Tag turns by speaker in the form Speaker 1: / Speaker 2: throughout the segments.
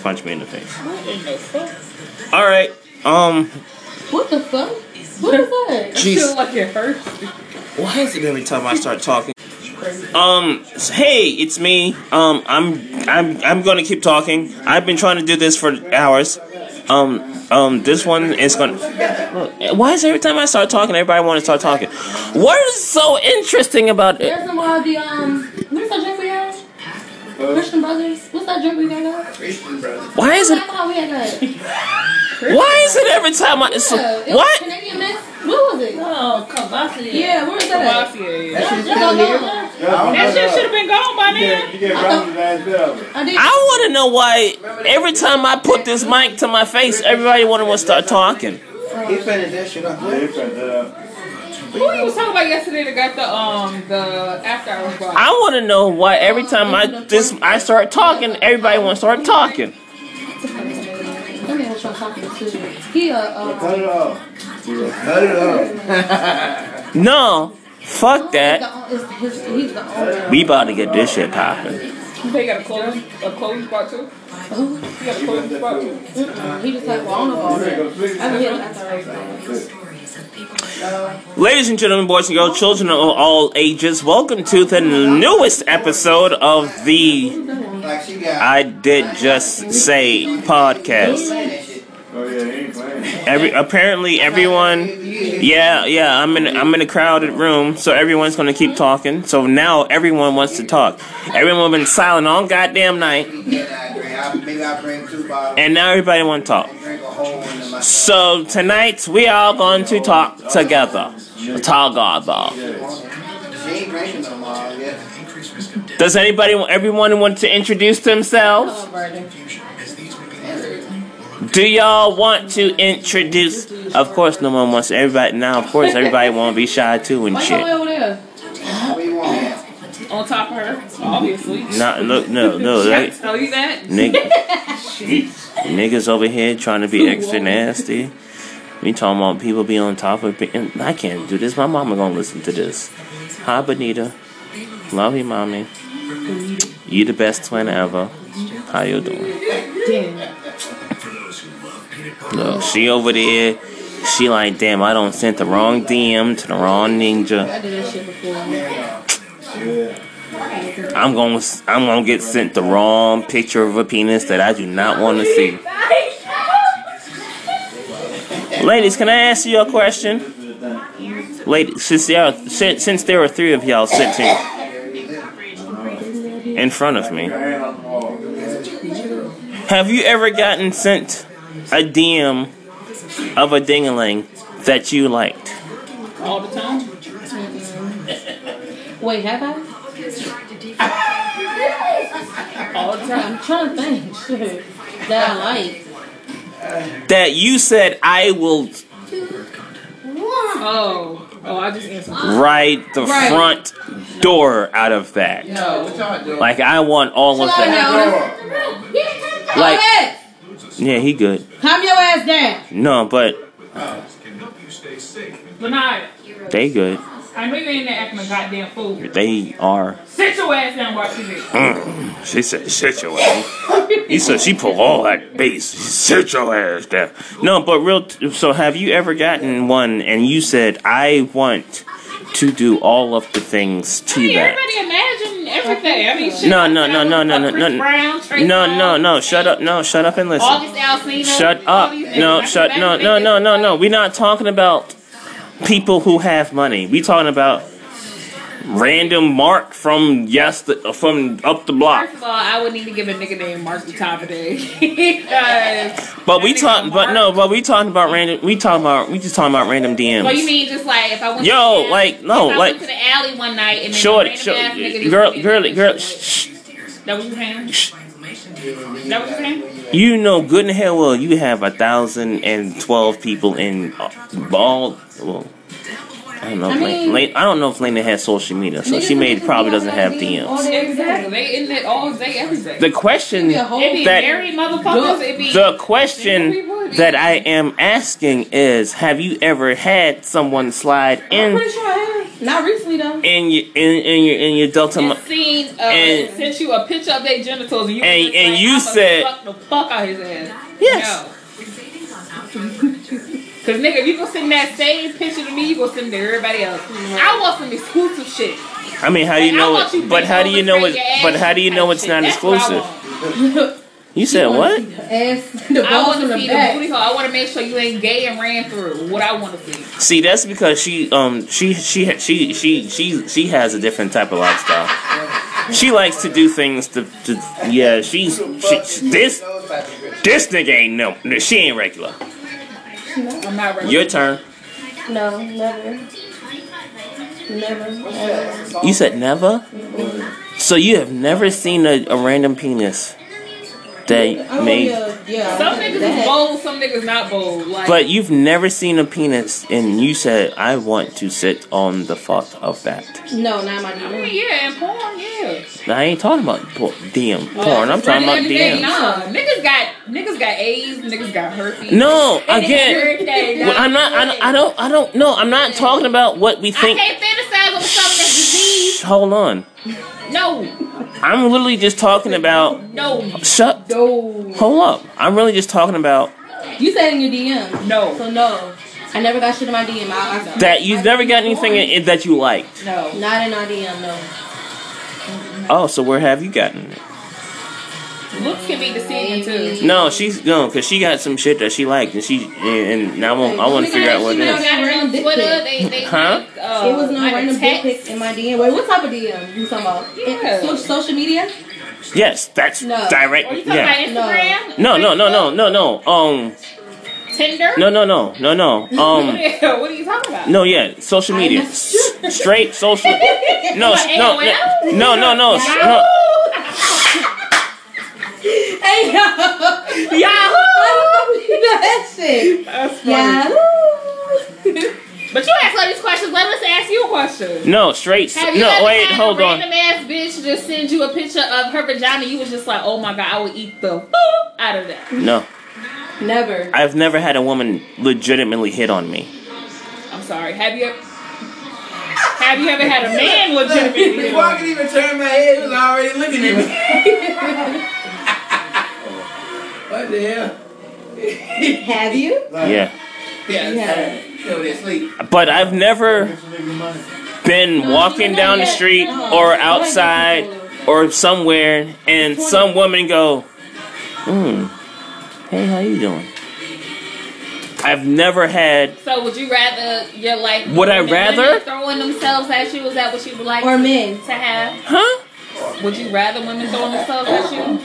Speaker 1: punch me in the face.
Speaker 2: What in the fuck?
Speaker 1: All right. Um.
Speaker 2: What the fuck? What is that?
Speaker 1: Jeez.
Speaker 3: I feel like it hurts.
Speaker 1: Why is it every time I start talking? Um. s- Hey, it's me. Um. I'm. I'm. I'm gonna keep talking. I've been trying to do this for hours. Um. Um. This one is gonna. Look, Why is every time I start talking, everybody want to start talking? What is so interesting about it?
Speaker 2: That's why the um, what is that drink we had? Christian Brothers. What's that drink we got? now?
Speaker 1: Why is it?
Speaker 2: That's how we had that.
Speaker 1: Why is it every time I? So,
Speaker 2: Yeah, it was
Speaker 1: what?
Speaker 2: Canadian mix. What was it?
Speaker 3: Oh, Cavassier.
Speaker 2: Yeah, where is that? At?
Speaker 3: Cavassier.
Speaker 2: That's just all gone.
Speaker 3: That shit should have been gone by
Speaker 4: You
Speaker 3: now.
Speaker 4: get, you get Robin's ass up.
Speaker 2: I did.
Speaker 1: I want to know why every time I put this mic to my face, everybody want to start talking.
Speaker 5: He finished that shit up.
Speaker 4: Yeah, he finna do that.
Speaker 3: Who you was talking about yesterday that got the um the after hours bar?
Speaker 1: I want to know why every time I this I start talking, everybody want to start talking.
Speaker 2: That man was from talking too. He a uh,
Speaker 4: Cut it off.
Speaker 5: Cut it up.
Speaker 1: No, fuck that.
Speaker 2: He's the, his, he's the owner.
Speaker 1: We about to get this shit popping.
Speaker 3: They got a closing a closing spot too.
Speaker 2: Oh,
Speaker 3: You got a closing spot too.
Speaker 2: mm-mm. he just like, well, I don't know about that. I haven't hit that right
Speaker 1: Ladies and gentlemen, boys and girls, children of all ages, welcome to the newest episode of the
Speaker 5: Like she got.
Speaker 1: I did just say podcast.
Speaker 4: Oh yeah, he ain't playing.
Speaker 1: Every apparently everyone Yeah, yeah, I'm in I'm in a crowded room, so everyone's gonna keep talking. So now everyone wants to talk. Everyone been silent all goddamn night,
Speaker 5: Maybe I bring two bottles
Speaker 1: and now everybody wanna talk.
Speaker 5: and drink a whole one to myself.
Speaker 1: So tonight we all going to talk together. Together.
Speaker 5: She ain't drinking no more. Yeah.
Speaker 1: Does anybody everyone want to introduce themselves? Do y'all want to introduce of course no one wants everybody now of course everybody wanna be shy too and
Speaker 2: Why you all the way
Speaker 1: shit.
Speaker 2: over there?
Speaker 5: What you want?
Speaker 3: On top of her, obviously.
Speaker 1: No look no no
Speaker 3: I
Speaker 1: that,
Speaker 3: tell you that.
Speaker 1: Nigga, niggas over here trying to be extra nasty. We talking about people be on top of. and I can't do this. My mama gonna listen to this. Hi, Bonita. Love you, mommy. You the best twin ever. How you doing? Look, she over there. She like, damn, I don't sent the wrong DM to the wrong ninja.
Speaker 2: I did that shit before.
Speaker 1: I'm gonna, I'm gonna get sent the wrong picture of a penis that I do not want to see. Ladies, can I ask you a question? Ladies, since there are since, since there are three of y'all sitting in front of me,
Speaker 4: Hand on the wall.
Speaker 1: have you ever gotten sent a DM of a dingaling that you liked?
Speaker 3: All the time.
Speaker 2: Wait, have I?
Speaker 3: All the time.
Speaker 2: I'm trying to think. Shit. That I like.
Speaker 1: That you said I will
Speaker 3: Oh. Oh, I just answered.
Speaker 1: ride the
Speaker 2: Right.
Speaker 1: front door out of that.
Speaker 5: What y'all doing?
Speaker 1: Like I want all of
Speaker 2: Slow
Speaker 1: that.
Speaker 2: down.
Speaker 1: Like-
Speaker 2: Go ahead.
Speaker 1: Yeah, he good.
Speaker 2: Calm your ass down.
Speaker 1: No, but
Speaker 3: Bernard,
Speaker 1: they good.
Speaker 3: I know you ain't there acting a goddamn fool.
Speaker 1: They are.
Speaker 3: Sit your ass down and watch TV.
Speaker 1: She said, "Sit your ass." he said, "She pulled all that bass. Sit your ass down." No, but real. T- so, have you ever gotten one and you said, "I want to do all of the things to that"?
Speaker 3: Everybody imagine everything. I mean, shit.
Speaker 1: No, no, no, no, no, no,
Speaker 3: Chris
Speaker 1: no.
Speaker 3: Brown, Trey
Speaker 1: No,
Speaker 3: Songz,
Speaker 1: no, no. Shut up. No, shut up and listen.
Speaker 3: August Alsina.
Speaker 1: Shut
Speaker 3: all
Speaker 1: up.
Speaker 3: these niggas. I
Speaker 1: No,
Speaker 3: can
Speaker 1: shut. No,
Speaker 3: imagine
Speaker 1: no,
Speaker 3: niggas.
Speaker 1: no, no, no. We're not talking about people who have money. We talking about random Mark from yes, from up the block.
Speaker 3: First of all, I wouldn't even give a nigga named Mark the time of day. because,
Speaker 1: But we
Speaker 3: That nigga
Speaker 1: talking, but no, but we talking about random. We talking about we just talking about random DMs.
Speaker 3: well, you mean just like if I went
Speaker 1: Yo,
Speaker 3: to the
Speaker 1: like, no,
Speaker 3: if I
Speaker 1: like-
Speaker 3: went to the alley one night and then
Speaker 1: short,
Speaker 3: a
Speaker 1: short,
Speaker 3: random ass nigga just
Speaker 1: girl,
Speaker 3: came in
Speaker 1: girl,
Speaker 3: and
Speaker 1: girl.
Speaker 3: shit.
Speaker 1: Shh,
Speaker 3: That was your hand? That was your hand?
Speaker 1: you know good and hell well you have a thousand and twelve people in uh, all. Well, I don't know.
Speaker 2: I
Speaker 1: If Lane,
Speaker 2: mean-
Speaker 1: Lane- I don't know if Lena has social media, so
Speaker 2: Niggas
Speaker 1: she
Speaker 2: and
Speaker 1: may
Speaker 2: niggas
Speaker 1: probably
Speaker 2: be
Speaker 1: doesn't
Speaker 2: on
Speaker 1: have
Speaker 2: that beat all
Speaker 1: DMs.
Speaker 2: day, every day.
Speaker 3: Exactly. They in it all day, every day.
Speaker 1: The question,
Speaker 2: Be a whole
Speaker 3: it be
Speaker 1: that-
Speaker 3: married motherfuckers. It be
Speaker 1: the question that I am asking is: Have you ever had someone slide in?
Speaker 3: Pretty sure I have. Not recently though.
Speaker 1: in your in, in your in your Delta.
Speaker 3: And
Speaker 1: Mu-
Speaker 3: seen uh,
Speaker 1: and-
Speaker 3: sent you a picture of their genitals, and you
Speaker 1: and-
Speaker 3: was just
Speaker 1: and you said-
Speaker 3: like, "I'ma fuck the fuck out his ass.
Speaker 1: Yes.
Speaker 3: No. Cause nigga, if you gonna send that same picture to me, you gonna send it to everybody else. I want some exclusive shit.
Speaker 1: I mean, how do you
Speaker 3: Like, I
Speaker 1: know
Speaker 3: want
Speaker 1: it? But
Speaker 3: big
Speaker 1: how do you
Speaker 3: old
Speaker 1: know
Speaker 3: straight
Speaker 1: it?
Speaker 3: ass
Speaker 1: But how do you
Speaker 3: type
Speaker 1: know it's
Speaker 3: shit.
Speaker 1: not
Speaker 3: That's what I
Speaker 1: exclusive?
Speaker 3: want.
Speaker 1: You said what?
Speaker 6: Ass,
Speaker 3: I
Speaker 6: the balls
Speaker 3: want
Speaker 6: in
Speaker 3: to
Speaker 6: the
Speaker 3: see the booty
Speaker 6: back.
Speaker 3: hole. I want to make sure you ain't gay and ran through. What I want to see.
Speaker 1: See, that's because she um she she she she she she has a different type of lifestyle. She likes to do things to, to yeah. She's she, this
Speaker 5: Those type of bitches.
Speaker 1: this nigga ain't no she ain't regular.
Speaker 3: I'm not ready.
Speaker 1: Your turn.
Speaker 6: No, never. Never. ever.
Speaker 1: You said never. So you have never seen a, a random penis that
Speaker 6: Oh,
Speaker 1: made,
Speaker 6: yeah, yeah.
Speaker 3: some niggas is
Speaker 6: That-
Speaker 3: bold, some niggas not bold. Like,
Speaker 1: but you've never seen a penis, and you said I want to sit on the fuck of that.
Speaker 6: No, not my
Speaker 3: I mean,
Speaker 6: DM.
Speaker 3: yeah, and porn, yeah.
Speaker 1: I ain't talking about por- DM porn. I'm talking about DM.
Speaker 3: Nah, niggas got niggas got AIDS, niggas got herpes.
Speaker 1: No,
Speaker 3: And
Speaker 1: again.
Speaker 3: it's weird that
Speaker 1: Well, I'm not. I, don't- I don't. I don't. No, I'm not talking about what we
Speaker 3: I
Speaker 1: think.
Speaker 3: can't fantasize over something that's disease.
Speaker 1: Hold on.
Speaker 3: No,
Speaker 1: I'm literally just talking about.
Speaker 3: no,
Speaker 1: Shut.
Speaker 6: No.
Speaker 1: Hold up. I'm really just talking about
Speaker 6: You said in your DM.
Speaker 3: no,
Speaker 6: So no, I never got shit in my DM. I, I,
Speaker 1: that. You've never got anything in, in- that you liked.
Speaker 3: no.
Speaker 6: Not in our DM, no.
Speaker 1: Oh, so where have you gotten it?
Speaker 3: Looks can be deceiving too.
Speaker 1: No, she's no, cause she got some shit that she liked, and she and, and now I want. I want to figure out what it
Speaker 3: People
Speaker 1: is.
Speaker 3: got it on Twitter. They, they
Speaker 1: Huh?
Speaker 3: like, uh,
Speaker 6: It was no
Speaker 3: like
Speaker 6: random
Speaker 3: text.
Speaker 6: dick pic in my DM. Wait, what type of DM you talking about?
Speaker 3: Yeah.
Speaker 6: So- social media?
Speaker 1: Yes, that's
Speaker 6: No.
Speaker 3: Are you
Speaker 1: direct.
Speaker 3: talking
Speaker 1: Yeah.
Speaker 3: about Instagram?
Speaker 1: No, no, no, no, no, no. Um,
Speaker 3: Tinder?
Speaker 1: no, no, no, no, no. Um,
Speaker 3: what are you talking about?
Speaker 1: No, yeah, social media, S- straight social. No, s- no, no, no, no, no, s- no.
Speaker 6: Hey, yo. Yahoo! that shit.
Speaker 3: That's funny.
Speaker 6: Yahoo!
Speaker 3: But you ask all these questions. Let us ask you a question.
Speaker 1: no, straight. s-
Speaker 3: Have you
Speaker 1: No,
Speaker 3: ever
Speaker 1: wait,
Speaker 3: had
Speaker 1: hold
Speaker 3: a
Speaker 1: on.
Speaker 3: random ass bitch just send you a picture of her vagina? You was just like, oh my god, I would eat the f- out of that.
Speaker 1: No,
Speaker 6: Never.
Speaker 1: I've never had a woman legitimately hit on me.
Speaker 3: I'm sorry. Have you? Have you ever had a man legitimately? hit
Speaker 5: Before I
Speaker 3: on
Speaker 5: could even turn my head, it was already looking at me. what the hell?
Speaker 6: Have you?
Speaker 1: Yeah,
Speaker 3: you? Yeah.
Speaker 6: Yeah.
Speaker 5: Still they sleep.
Speaker 1: but I've never been walking down the street or outside or somewhere and some woman go, "Hmm, hey, how you doing?" I've never had.
Speaker 3: So would you rather your life?
Speaker 1: Would I
Speaker 3: women
Speaker 1: rather?
Speaker 3: throwing themselves at you? Is that what you would like
Speaker 6: Or men?
Speaker 3: to have?
Speaker 1: Huh?
Speaker 3: Would you rather women throwing themselves at you?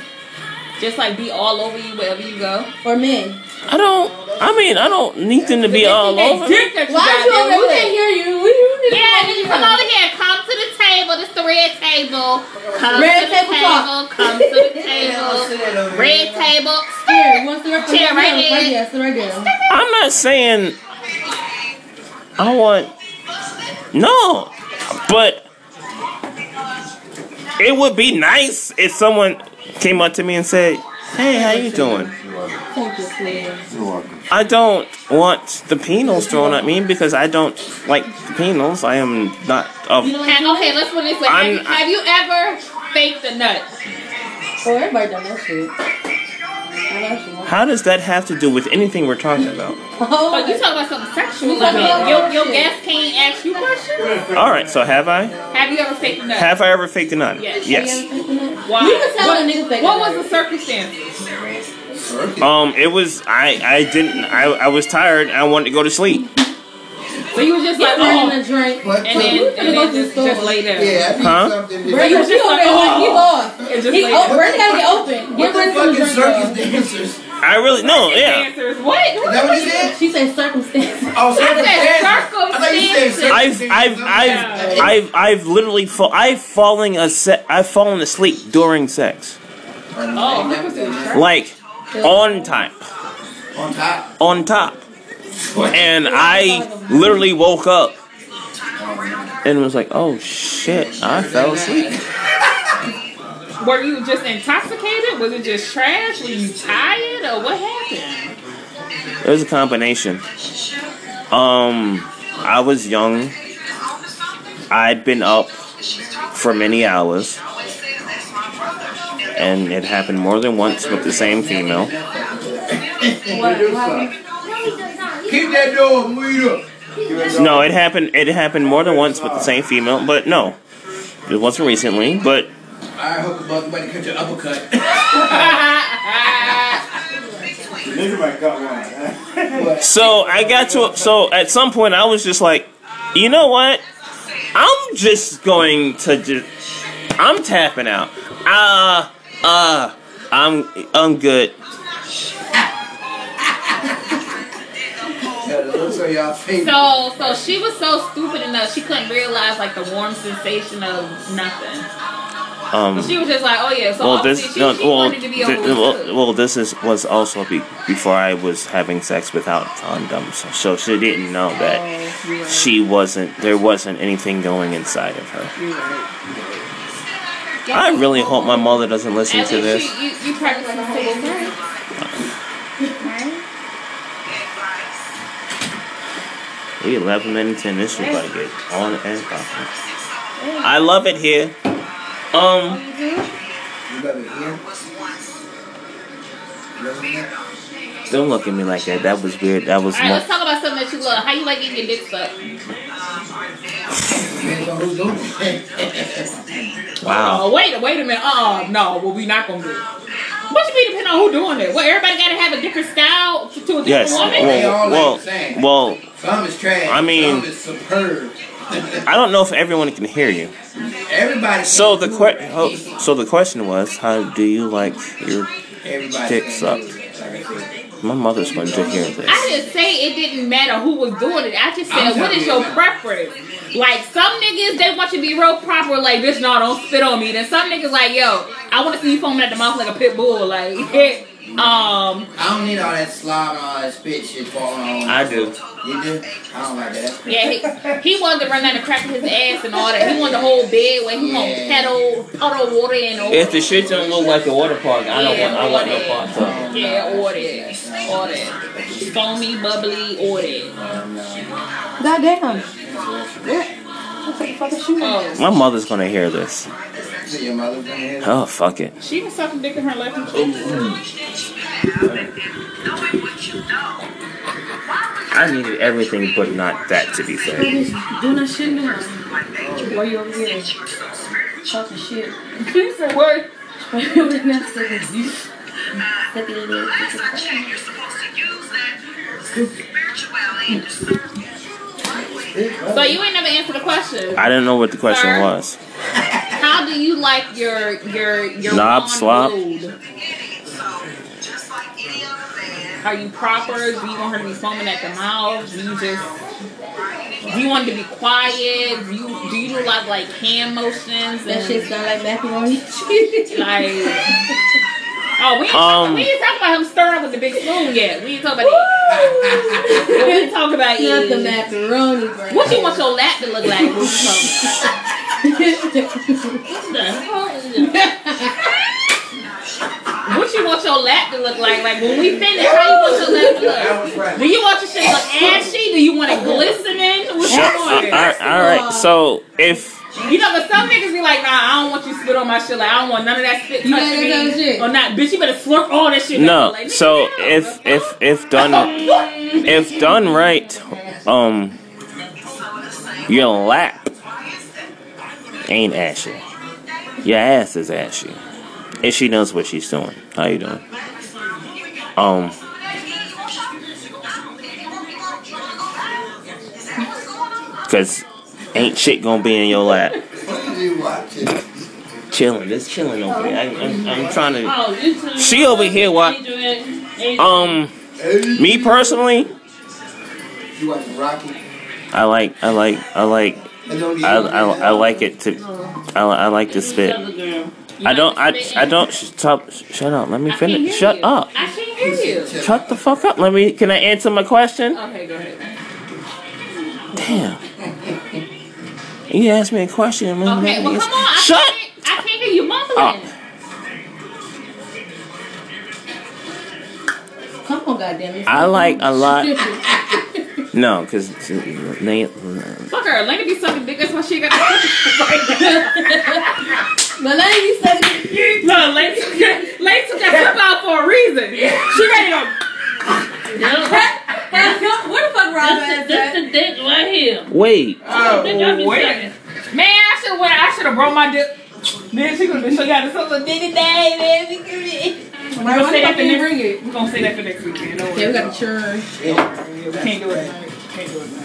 Speaker 3: Just like be all over you wherever you go.
Speaker 6: Or men?
Speaker 1: I don't. I mean, I don't need them to be
Speaker 3: Just
Speaker 1: all
Speaker 3: that
Speaker 1: over. me.
Speaker 3: dick that you
Speaker 6: Why
Speaker 3: got
Speaker 6: are you over
Speaker 3: there.
Speaker 6: there? We
Speaker 3: Who
Speaker 6: can't hear you. We, we need
Speaker 3: Yeah,
Speaker 6: to
Speaker 3: nigga, come over here. Come to the table. This the red table. Come
Speaker 6: Red
Speaker 3: to the
Speaker 6: table
Speaker 3: table.
Speaker 6: talk.
Speaker 3: Come to the
Speaker 5: Hell,
Speaker 3: table.
Speaker 5: sit over there.
Speaker 3: Red table.
Speaker 6: Here, you want to sit right
Speaker 3: Chair
Speaker 6: there?
Speaker 3: right here.
Speaker 6: Right there, sit right there.
Speaker 1: I'm not saying I want no, but it would be nice if someone came up to me and said, "Hey, how you doing?"
Speaker 6: Thank you, please.
Speaker 4: You're welcome.
Speaker 1: I don't want the penals thrown at me because I don't like the penals. I am not of.
Speaker 3: And, okay, let's put it this way. Have you,
Speaker 1: I'm-
Speaker 3: have you ever faked a nut?
Speaker 6: Oh, everybody done that shit. I know she wants.
Speaker 1: How does that have to do with anything we're talking about?
Speaker 6: Oh,
Speaker 3: But you talking about something sexual.
Speaker 6: We talking
Speaker 3: Like,
Speaker 6: about
Speaker 3: your,
Speaker 6: other
Speaker 3: your
Speaker 6: shit.
Speaker 3: guest can't ask you questions?
Speaker 1: All right, so have I?
Speaker 3: Have you ever faked a nut?
Speaker 1: Have I ever faked a nut?
Speaker 3: Yes.
Speaker 1: Yes.
Speaker 3: Why?
Speaker 6: You can tell
Speaker 3: what,
Speaker 6: a nigga faked a
Speaker 3: What
Speaker 6: nut.
Speaker 3: was the circumstances?
Speaker 1: Um, it was I. I didn't. I. I was tired. I wanted to go to sleep.
Speaker 3: So you was just like,
Speaker 6: Bring
Speaker 3: oh.
Speaker 6: in a drink.
Speaker 5: What?
Speaker 3: And
Speaker 6: You
Speaker 3: then,
Speaker 6: finna
Speaker 3: and
Speaker 6: go
Speaker 3: then
Speaker 6: to the
Speaker 3: just,
Speaker 6: store.
Speaker 3: just lay down.
Speaker 5: Yeah, I need
Speaker 1: Huh?
Speaker 5: something.
Speaker 6: Bring your
Speaker 5: to-
Speaker 3: was just
Speaker 6: shit over
Speaker 3: like,
Speaker 6: there. Like, he
Speaker 3: oh.
Speaker 6: lost.
Speaker 3: And just
Speaker 6: He,
Speaker 3: lay
Speaker 6: oh,
Speaker 3: down.
Speaker 6: Brandon gotta get
Speaker 5: What
Speaker 6: open. Get
Speaker 5: the
Speaker 6: Brandon
Speaker 5: fuck
Speaker 6: some
Speaker 5: is
Speaker 6: drink.
Speaker 5: circus
Speaker 6: though.
Speaker 5: dancers? Is
Speaker 1: I really no. Yeah.
Speaker 3: Answers. What? What?
Speaker 5: that what you said?
Speaker 6: She said circumstances.
Speaker 5: Oh, circus dancers. I thought you said
Speaker 3: circumstances. Oh.
Speaker 5: circus
Speaker 1: I've I've
Speaker 5: dancers.
Speaker 1: I've I've I've literally fa- I've fallen a se- I've fallen asleep during sex,
Speaker 3: Oh, that was a shirt.
Speaker 1: like on time,
Speaker 5: On top.
Speaker 1: on top, and I literally woke up and was like, oh shit, I fell asleep.
Speaker 3: Were you just intoxicated? Was it just trash? Were you tired? Or what happened?
Speaker 1: It was a combination. Um, I was young. I'd been up for many hours, and it happened more than once with the same female.
Speaker 5: Keep that door moved up.
Speaker 1: No, it happened. It happened more than once with the same female, but no, it wasn't recently. But
Speaker 5: I hope about somebody cut your uppercut.
Speaker 4: The nigga might cut one.
Speaker 1: so I got to. So at some point, I was just like, you know what? I'm just going to just. I'm tapping out. Uh, uh, I'm I'm good.
Speaker 5: Yeah, the looks on y'all face.
Speaker 3: So, so she was so stupid enough she couldn't realize like the warm sensation of nothing.
Speaker 1: Um.
Speaker 3: She was just like, oh yeah. So
Speaker 1: Well,
Speaker 3: obviously
Speaker 1: this
Speaker 3: she,
Speaker 1: no,
Speaker 3: she
Speaker 1: well,
Speaker 3: wanted to be
Speaker 1: thi-
Speaker 3: over with
Speaker 1: well,
Speaker 3: too.
Speaker 1: well, this is was also be, before I was having sex without condoms, so she didn't know that
Speaker 3: Oh,
Speaker 1: she wasn't there wasn't anything going inside of her. I really hope my mother doesn't listen
Speaker 3: At
Speaker 1: to
Speaker 3: least
Speaker 1: this.
Speaker 3: You, you, you practice the same thing.
Speaker 1: We 11 minutes in, this is about to get on and popping. I love it here. Um,
Speaker 5: You love it here?
Speaker 1: don't look at me like that. That was weird. That was
Speaker 3: All right,
Speaker 1: more.
Speaker 3: let's talk about something that you love. How you like getting your dick sucked?
Speaker 5: Depends on who's doing it.
Speaker 1: Wow.
Speaker 3: Oh, wait, wait a minute. Oh, no. Well, we not going to do it. What you mean depending on who doing it? Well, everybody got to have a different style to a different
Speaker 1: Yes.
Speaker 3: woman?
Speaker 1: Well, well, well.
Speaker 5: Some is trash.
Speaker 1: I mean-
Speaker 5: some is superb.
Speaker 1: I don't know if everyone can hear you.
Speaker 5: Everybody.
Speaker 1: So
Speaker 5: can
Speaker 1: the
Speaker 5: do
Speaker 1: que-
Speaker 5: it.
Speaker 1: oh, so the question was, how do you like your?
Speaker 5: Everybody
Speaker 1: dick
Speaker 5: can do
Speaker 1: sucked.
Speaker 5: it, like I said.
Speaker 1: My mother's going to hear
Speaker 3: I
Speaker 1: this.
Speaker 3: didn't say it didn't matter who was doing it. I just
Speaker 5: I'm
Speaker 3: said, what
Speaker 5: telling
Speaker 3: is
Speaker 5: you,
Speaker 3: your
Speaker 5: man.
Speaker 3: preference? Like, some niggas, they want you to be real proper, like, bitch, no, don't spit on me. Then some niggas, like, yo, I want to see you foaming at the mouth like a pit bull. Like, um,
Speaker 5: I don't need all that slob and all that spit shit falling on.
Speaker 1: I do.
Speaker 5: You do? I don't like that.
Speaker 3: yeah, he, he wanted to run down the crack of his ass and all that. He wanted the whole bed where he want
Speaker 5: Yeah.
Speaker 3: pedal, puddle water and all
Speaker 1: If the shit don't look like a water park, I don't want. I want no parts of it.
Speaker 3: Yeah, all that. All that. Foamy, bubbly, all that.
Speaker 6: Goddamn. Yeah. That's what the fuck is she want.
Speaker 3: Oh.
Speaker 1: My mother's going to hear this.
Speaker 5: See your mother's in here.
Speaker 1: Oh fuck it.
Speaker 3: She was sucking dick in her left
Speaker 5: Oh.
Speaker 3: hand.
Speaker 1: I needed everything, but not that. To be fair.
Speaker 6: Doing that shit now. Why you over here? Talking shit.
Speaker 3: She said, what?
Speaker 6: Why you over here? Fucking idiot.
Speaker 3: So you ain't never answered the question.
Speaker 1: I didn't know what the question was.
Speaker 3: How do you like your your your
Speaker 1: Knob
Speaker 3: wand
Speaker 1: slop.
Speaker 3: glued? Are you proper? Do you want her to be foaming at the mouth? Do you just do you want her to be quiet? Do you do you do a lot of like hand motions
Speaker 6: That
Speaker 3: and
Speaker 6: shit sound like macaroni.
Speaker 3: Like, oh, we ain't,
Speaker 1: Um,
Speaker 3: talking, we ain't talking about him stirring up with the big spoon yet. We ain't talking about that. what we talking about
Speaker 6: Not the
Speaker 3: is
Speaker 6: macaroni, bro.
Speaker 3: what you want your lap to look like. What we talking about? What you want your lap to look like? Like when we finish, how you want your lap to
Speaker 5: That
Speaker 3: look?
Speaker 5: was right.
Speaker 3: Do you want your shit to look ashy? Do you want it glistening? What
Speaker 1: Sure.
Speaker 3: you want?
Speaker 1: all right. All right. So if
Speaker 3: You know, but some niggas be like, nah, I don't want you spit on my shit. Like, I don't want none of that spit
Speaker 6: You
Speaker 3: touching
Speaker 6: better
Speaker 3: me.
Speaker 6: touch it.
Speaker 3: Or not, bitch, you better slurp all that shit.
Speaker 1: no,
Speaker 3: Like, nigga,
Speaker 1: so
Speaker 3: no.
Speaker 1: if if if done if done right, um, your lap ain't ashy. Your ass is ashy. If she knows what she's doing. How you doing? Um, cause ain't shit gonna be in your lap.
Speaker 5: What are you watching?
Speaker 1: Chilling, just chilling over there. I, I'm, I'm trying to.
Speaker 3: Oh, you too.
Speaker 1: She over here, what?
Speaker 3: Ain't doing it. Ain't-
Speaker 1: Um,
Speaker 5: Hey,
Speaker 1: me personally,
Speaker 5: You watching Rocky?
Speaker 1: I like, I like, I like,
Speaker 5: I, don't
Speaker 1: I, I, I like it to. I, I like to spit.
Speaker 3: Other girl. You
Speaker 1: I don't. I.
Speaker 3: spitting?
Speaker 1: I don't. sh- Stop. sh- Shut up. Let me
Speaker 3: I can't hear
Speaker 1: finish. Shut
Speaker 3: you.
Speaker 1: up.
Speaker 3: I can't hear you.
Speaker 1: Shut the fuck up. Let me. Can I answer my question?
Speaker 3: Okay, go ahead.
Speaker 1: Damn. You asked me a question. and let me
Speaker 3: Okay, well,
Speaker 1: answer-
Speaker 3: come on. I
Speaker 1: Shut.
Speaker 3: Can't, I can't hear you mumbling.
Speaker 1: up.
Speaker 6: Come on, goddamn it.
Speaker 1: I like a lot.
Speaker 6: Strip it.
Speaker 1: No, cause they.
Speaker 3: Fuck her her. Lena be sucking dick. That's why she got the
Speaker 2: But let me say this.
Speaker 3: No, Lena took that- Lena took that clip out for a reason. She ready to.
Speaker 2: Where the fuck Rob
Speaker 7: This,
Speaker 2: at?
Speaker 7: this
Speaker 2: at?
Speaker 7: the dick right here.
Speaker 1: Wait.
Speaker 2: Oh,
Speaker 7: This y'all be sucking.
Speaker 3: Man, I should went. I should have brought my dick. Man, she could have been showing out some little dicky day, man. We could be-
Speaker 2: Why
Speaker 3: gonna
Speaker 2: the
Speaker 3: say that
Speaker 2: fuck
Speaker 3: for
Speaker 2: you
Speaker 3: next-
Speaker 2: bring it?
Speaker 3: We gonna say that for next week, man. Don't worry.
Speaker 2: Yeah, we got a churn.
Speaker 3: We can't do it. Can't do it. man.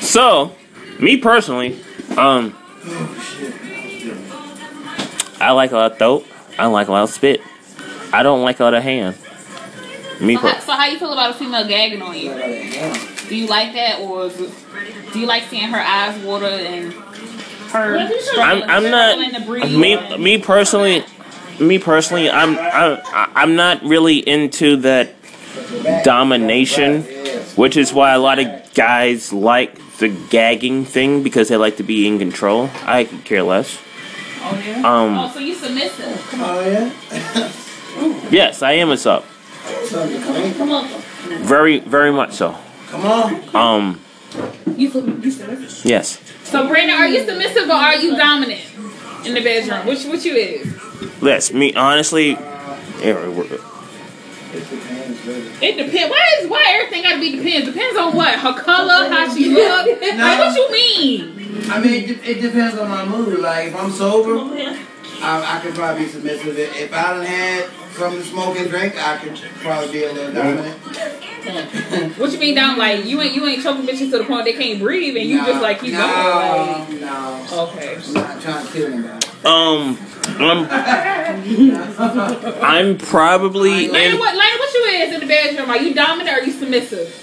Speaker 1: So, me personally, um, I like a lot of throat. I like a lot of spit. I don't like a lot of hand. Me
Speaker 3: So how,
Speaker 1: per-
Speaker 3: so how you feel about a female gagging on you? Do you like that, or is it, do you like seeing her eyes water and her?
Speaker 7: Well, this is-
Speaker 1: I'm I'm
Speaker 3: in the
Speaker 1: not
Speaker 3: breeze
Speaker 1: me
Speaker 3: and-
Speaker 1: me personally. Me personally, I'm I, I- I'm not really into that domination, which is why a lot of guys like the gagging thing because they like to be in control. I could care less.
Speaker 3: Oh, yeah?
Speaker 1: Um,
Speaker 3: oh, so you submissive?
Speaker 5: Oh, yeah?
Speaker 1: yes, I am a sub,
Speaker 5: Something to clean.
Speaker 7: Come on.
Speaker 1: very very much so.
Speaker 5: Come on.
Speaker 1: Um,
Speaker 2: You flipping you said
Speaker 1: yes.
Speaker 3: So Brandon, are you submissive or are you dominant in the bedroom? Which which you is?
Speaker 1: Yes, me honestly. yeah, we're-
Speaker 5: It's the man's lady.
Speaker 3: It depends. Why is why everything gotta be depends? Depends on what? Her color, how she look. Like what you mean?
Speaker 5: I mean, it, de- it depends on my mood. Like, if I'm sober,
Speaker 7: Come here.
Speaker 5: I, I could probably be submissive. If if I done had something to smoke and drink, I could probably be a little dominant.
Speaker 3: What you mean down like you ain't you ain't choking bitches to the point they can't breathe and you
Speaker 5: Nah,
Speaker 3: just like keep going.
Speaker 5: no,
Speaker 3: Like,
Speaker 5: no.
Speaker 3: okay.
Speaker 5: I'm not trying to kill anybody.
Speaker 1: Um, I'm I'm probably
Speaker 3: Lana,
Speaker 1: in.
Speaker 3: what Lana, what you is in the bedroom? Are you dominant or are you submissive?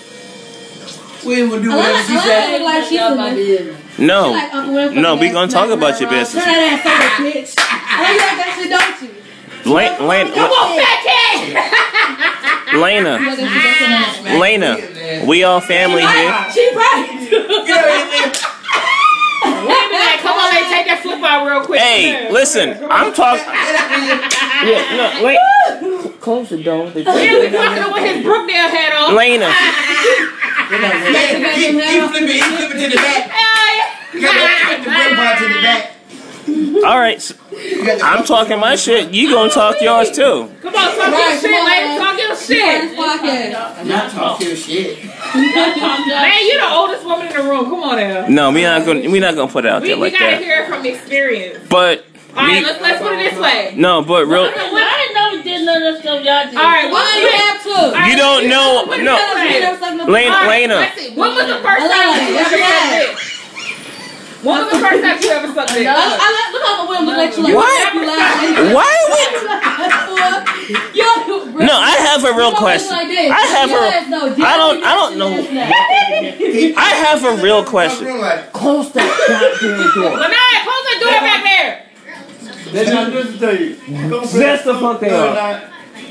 Speaker 5: We will do
Speaker 2: I
Speaker 5: whatever
Speaker 2: like
Speaker 5: she said.
Speaker 2: I like she's submissive.
Speaker 1: No,
Speaker 2: Like Uncle Winfrey
Speaker 1: no, we
Speaker 2: ass
Speaker 1: gonna talk
Speaker 2: smack
Speaker 1: about
Speaker 2: her
Speaker 1: your
Speaker 2: around.
Speaker 1: business.
Speaker 2: Turn that ass over, bitch. I like that shit, don't you?
Speaker 1: Lan- Lan-
Speaker 2: Come on, fat
Speaker 1: Lena,
Speaker 2: cat.
Speaker 1: Lena, we all family here.
Speaker 2: She right.
Speaker 5: Get everything.
Speaker 3: Wait a minute, come on, let take that flip out real quick.
Speaker 1: Hey, listen, I'm talking. Yeah, no, wait. Close the door.
Speaker 3: Yeah, we walking over his Brookdale hat on.
Speaker 1: Lena,
Speaker 5: Keep keep flipping, keep flipping to the back.
Speaker 3: Hey.
Speaker 5: You gotta flip the brim part to the back.
Speaker 1: all right, s-
Speaker 5: You got to-
Speaker 1: I'm talking my shit. You gonna talk yours too?
Speaker 3: Come on, talk your
Speaker 2: Right,
Speaker 3: shit,
Speaker 2: come on,
Speaker 3: lady.
Speaker 2: man.
Speaker 3: Talk your
Speaker 2: She
Speaker 3: shit.
Speaker 2: right as fuck
Speaker 5: I'm not talking your shit.
Speaker 3: Man, you the oldest woman in the room. Come on now.
Speaker 1: No, we not gonna we not gonna put it out
Speaker 3: We,
Speaker 1: there
Speaker 3: we
Speaker 1: like
Speaker 3: gotta
Speaker 1: that.
Speaker 3: hear it from experience.
Speaker 1: But
Speaker 3: All right,
Speaker 1: me,
Speaker 3: let's let's put it this way.
Speaker 1: no, but real.
Speaker 7: I didn't know we did none of that stuff y'all did.
Speaker 3: All right, what
Speaker 2: Well,
Speaker 3: was
Speaker 2: you
Speaker 3: it?
Speaker 2: have to.
Speaker 1: You don't know,
Speaker 3: Put it
Speaker 1: no.
Speaker 3: this way.
Speaker 2: Peter suck my
Speaker 1: Lena-
Speaker 3: All
Speaker 2: dick.
Speaker 3: right, let's see. When was the first
Speaker 2: Hello,
Speaker 3: time you ever
Speaker 2: yes.
Speaker 3: sucked dick? When was the first time you ever sucked dick?
Speaker 2: I, I let- look how my women look at you like
Speaker 1: What?
Speaker 2: you lying.
Speaker 1: Why
Speaker 2: Yo, bruh.
Speaker 1: would? No, I have a real
Speaker 2: Your women
Speaker 1: question.
Speaker 2: like this.
Speaker 1: I have
Speaker 2: Your
Speaker 1: a-
Speaker 2: ass know
Speaker 1: I don't- I don't
Speaker 2: dick.
Speaker 1: know.
Speaker 2: Your ass
Speaker 1: I have a real question.
Speaker 5: Close that goddamn door.
Speaker 3: Lanai, close that door back there.
Speaker 4: They're not listening to you. Don't play-
Speaker 1: That's the fuck they
Speaker 4: No,
Speaker 1: are.
Speaker 4: not-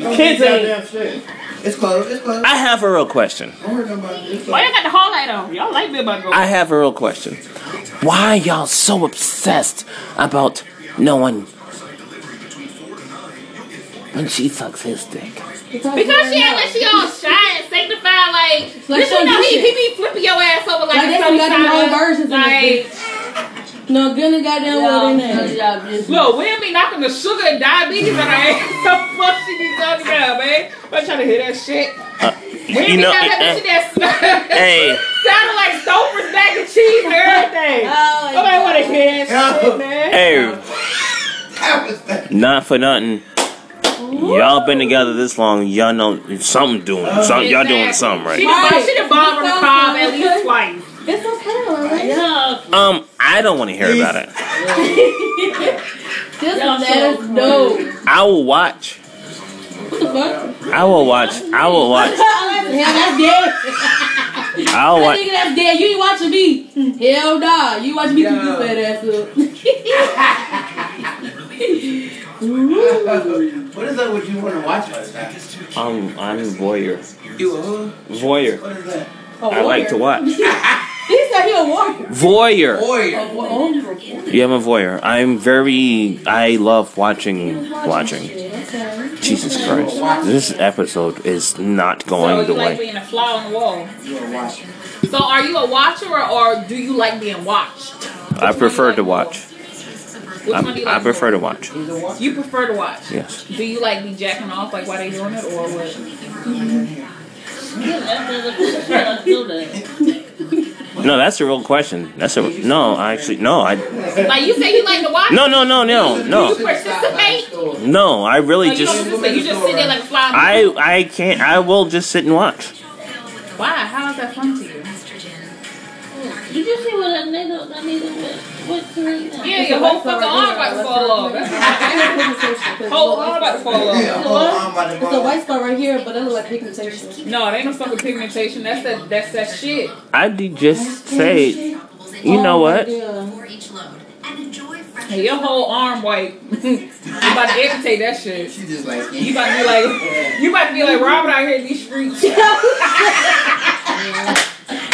Speaker 4: don't
Speaker 1: Kids
Speaker 4: do
Speaker 1: ain't-
Speaker 4: goddamn shit.
Speaker 5: It's closed. It's closed.
Speaker 1: I have a real question.
Speaker 5: Don't worry about it. It's
Speaker 3: Why you Oh,
Speaker 5: closed.
Speaker 3: got the whole light on? Y'all like me about to go.
Speaker 1: I have a real question. Why y'all so obsessed about knowing when she sucks his dick?
Speaker 2: know.
Speaker 3: Because she act like she all shy and sanctified, like,
Speaker 2: Like,
Speaker 3: did you
Speaker 2: show
Speaker 3: know
Speaker 2: you
Speaker 3: he,
Speaker 2: shit.
Speaker 3: he be flipping your ass over like,
Speaker 2: Like, they
Speaker 3: it's
Speaker 2: done
Speaker 3: some
Speaker 2: got them
Speaker 3: kind
Speaker 2: old
Speaker 3: of-
Speaker 2: versions of this
Speaker 3: Like,
Speaker 2: No, good and goddamn well
Speaker 7: Y'all,
Speaker 2: in
Speaker 7: none of
Speaker 2: there.
Speaker 7: y'all business.
Speaker 3: look, we be knocking the sugar and diabetes on her ass. the fuck she be talking about, man? I'm trying to hear that shit. we
Speaker 1: you
Speaker 3: be
Speaker 1: know,
Speaker 3: got that
Speaker 1: eh,
Speaker 3: bitch that smell.
Speaker 1: Hey,
Speaker 3: Sounded like Stouffer's mac and cheese and everything.
Speaker 2: Oh,
Speaker 3: Nobody want to hear that shit, man.
Speaker 1: hey,
Speaker 5: That was that.
Speaker 1: not for nothing. Y'all been together this long, y'all know something doing. Some, y'all doing something
Speaker 3: She
Speaker 1: right.
Speaker 3: done,
Speaker 2: Right.
Speaker 3: she done bombed on the cob at least twice.
Speaker 2: It's okay, alright.
Speaker 7: Y'all,
Speaker 1: Um, I don't want to hear about it.
Speaker 2: This
Speaker 7: Y'all
Speaker 2: is
Speaker 7: so
Speaker 2: that is dope.
Speaker 1: I will watch.
Speaker 2: What the fuck?
Speaker 1: I will watch. I will watch.
Speaker 2: Hell, that's dead.
Speaker 1: I'll
Speaker 2: That
Speaker 1: watch.
Speaker 2: nigga that's dead. You ain't watching me. Hell nah. You watch me keep this fat ass up.
Speaker 5: What is that? What you want to watch all the time?
Speaker 1: Um, I'm voyeur.
Speaker 5: You a who?
Speaker 1: Voyeur.
Speaker 5: What is that?
Speaker 1: I like to watch.
Speaker 2: He said he a warrior.
Speaker 1: Voyeur.
Speaker 8: Oh.
Speaker 5: Warrior.
Speaker 1: Yeah, I'm a voyeur. I'm very. I love watching. Watching.
Speaker 2: Okay.
Speaker 1: Jesus Christ. This episode is not going the
Speaker 3: so you like
Speaker 1: way.
Speaker 3: being a fly on the wall.
Speaker 5: You a watcher.
Speaker 3: So are you a watcher or, or do you like being watched?
Speaker 1: I prefer to watch.
Speaker 3: Which one do
Speaker 1: I,
Speaker 3: you
Speaker 1: I
Speaker 3: like
Speaker 1: prefer to watch.
Speaker 3: more? You prefer to watch.
Speaker 1: Yes.
Speaker 3: Do you like be jacking off like while they doing it or what?
Speaker 2: Let's do that.
Speaker 1: No, that's a real question. That's a no. I actually no. I
Speaker 3: Like you say you like to watch.
Speaker 1: no no no no
Speaker 3: You
Speaker 1: no
Speaker 3: participate.
Speaker 1: no. I really
Speaker 3: Like, you, don't
Speaker 1: just
Speaker 3: participate. you just sit there like a fly. on the
Speaker 1: I I can't. I will just sit and watch.
Speaker 3: wall. Why? How is that fun to you?
Speaker 2: Did you see what that nigga, that nigga went, went to right now?
Speaker 3: Yeah, your whole fucking arm about to fall off. Whole arm about to fall off.
Speaker 5: Yeah, oh, I'm about to
Speaker 8: It's a
Speaker 5: go.
Speaker 8: white spot right here, but it look like pigmentation.
Speaker 3: No, it ain't no fucking pigmentation. That's that. That's that shit.
Speaker 1: I did just say, you know what?
Speaker 8: Oh, Yeah.
Speaker 3: Hey, your whole arm white. you about to amputate that shit.
Speaker 5: She just like,
Speaker 3: You about to be like, you about to be like Robin out here in these streets.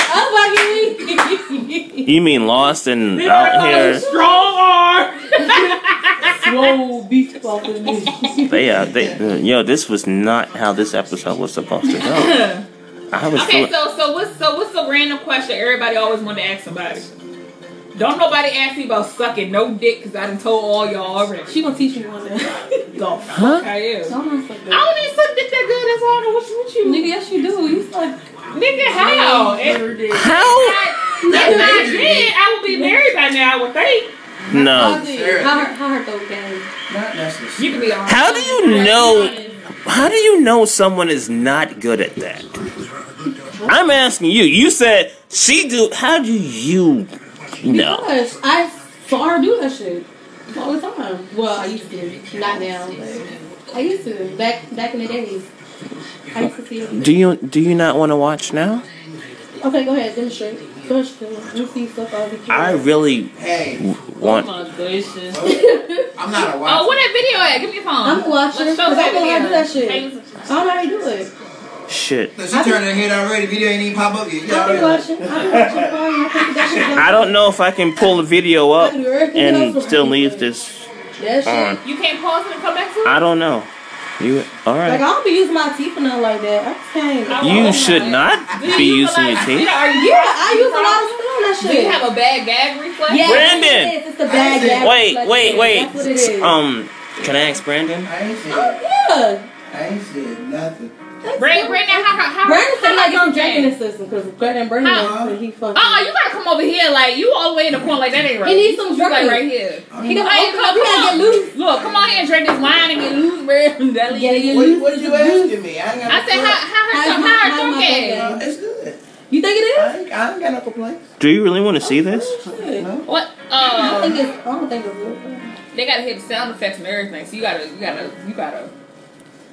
Speaker 8: I'm fucking
Speaker 1: You mean lost and
Speaker 3: They
Speaker 1: out
Speaker 3: about to call you
Speaker 1: here?
Speaker 3: strong arm.
Speaker 8: Whoa, beef fucking me.
Speaker 1: They, uh, they, yo, this was not how this episode was supposed to go. I was
Speaker 3: Okay,
Speaker 1: feeling,
Speaker 3: so so what's so what's the random question everybody always wanted to ask somebody? Don't nobody ask me about sucking no dick because I done told all y'all already.
Speaker 8: She gonna teach me one day.
Speaker 3: Go.
Speaker 1: Huh?
Speaker 3: I am.
Speaker 8: Don't know fuck
Speaker 3: I
Speaker 8: that.
Speaker 3: don't even suck dick that good. That's why I don't know what you, what
Speaker 8: Nigga, yes you do. You like
Speaker 3: you nigga how? If
Speaker 1: how?
Speaker 3: I, if I did, I would be married by now. I would think.
Speaker 8: how
Speaker 1: No.
Speaker 8: do you- how her how her throat game.
Speaker 5: not necessarily.
Speaker 3: You can be honest. Oh
Speaker 1: How do you know? How do you know someone is not good at that? I'm asking you. You said she do. How do you know?
Speaker 8: Because I saw her do that shit all the time. Well, I used to, not now. But I used to back back in the days. I used to see her.
Speaker 1: Do you do you not want to watch now?
Speaker 8: Okay, go ahead, demonstrate. Go ahead, Sheila. you see stuff all the
Speaker 1: I really
Speaker 5: Hey,
Speaker 1: want.
Speaker 2: Oh my gracious.
Speaker 5: I'm not a
Speaker 3: Oh,
Speaker 5: watcher.
Speaker 3: where that video at? Give me your phone.
Speaker 8: I'm a watcher.
Speaker 3: Let's show
Speaker 8: Cause I
Speaker 3: that
Speaker 8: don't know how to do
Speaker 3: video.
Speaker 8: that shit. I don't know how to do it.
Speaker 1: Shit.
Speaker 5: Look, she turned her head already. Video ain't even pop up
Speaker 8: I've
Speaker 5: yet.
Speaker 8: been
Speaker 5: Y'all already-
Speaker 8: watching. I've been watching for you. I think that shit.
Speaker 1: I don't know if I can pull the video up Oh, and still leave this
Speaker 8: That shit.
Speaker 1: on.
Speaker 3: You can't pause it and come back to it.
Speaker 1: I don't know. You all
Speaker 8: Like I
Speaker 1: right?
Speaker 8: don't be using my teeth or nothing like that. I'm saying. Yeah,
Speaker 1: You should not
Speaker 3: Do you
Speaker 1: be
Speaker 3: use a
Speaker 1: using
Speaker 3: lot-
Speaker 1: your teeth.
Speaker 3: Are you?
Speaker 8: I use a lot of stuff on that
Speaker 3: Do
Speaker 8: shit.
Speaker 3: you have a bad gag reflex?
Speaker 8: yeah,
Speaker 1: Brandon!
Speaker 8: it is. It's a bad gag.
Speaker 1: Wait, wait,
Speaker 8: That's what it
Speaker 1: wait.
Speaker 8: is.
Speaker 1: Um, can I ask Brandon?
Speaker 5: I ain't said,
Speaker 8: yeah.
Speaker 5: I ain't said nothing.
Speaker 3: Brandon, Brandon, how how how?
Speaker 8: Brandon
Speaker 3: how
Speaker 8: feel like
Speaker 3: you
Speaker 8: I'm jacking the system because Brandon Brandon
Speaker 3: Huh?
Speaker 8: he fucking.
Speaker 3: Uh-uh, you gotta come over here. Like, you all the way in the corner. Like, that ain't right.
Speaker 8: He needs some
Speaker 3: You, like,
Speaker 8: drugs.
Speaker 3: right here.
Speaker 8: he got
Speaker 3: Oh, Hey,
Speaker 8: open up.
Speaker 3: come,
Speaker 8: We gotta
Speaker 3: on.
Speaker 8: get loose.
Speaker 3: Look, come on here and drink this wine and get loose, bro. That
Speaker 8: Yeah, yeah.
Speaker 5: What, what you asking me? I ain't got
Speaker 3: I
Speaker 5: no
Speaker 3: said, how,
Speaker 5: complaint.
Speaker 3: how,
Speaker 8: How's
Speaker 3: her,
Speaker 8: my-
Speaker 3: how her
Speaker 8: how's
Speaker 3: drunk
Speaker 8: my
Speaker 3: is?
Speaker 8: birthday?
Speaker 5: Uh, It's good.
Speaker 8: You think it is?
Speaker 5: I ain't, I ain't got no complaints.
Speaker 1: Do you really want to see this?
Speaker 8: Shit.
Speaker 5: No.
Speaker 3: What?
Speaker 8: I don't
Speaker 3: Uh,
Speaker 8: think it's. I don't think it's good.
Speaker 3: they gotta hit sound effects and everything. So you gotta, you gotta, you gotta,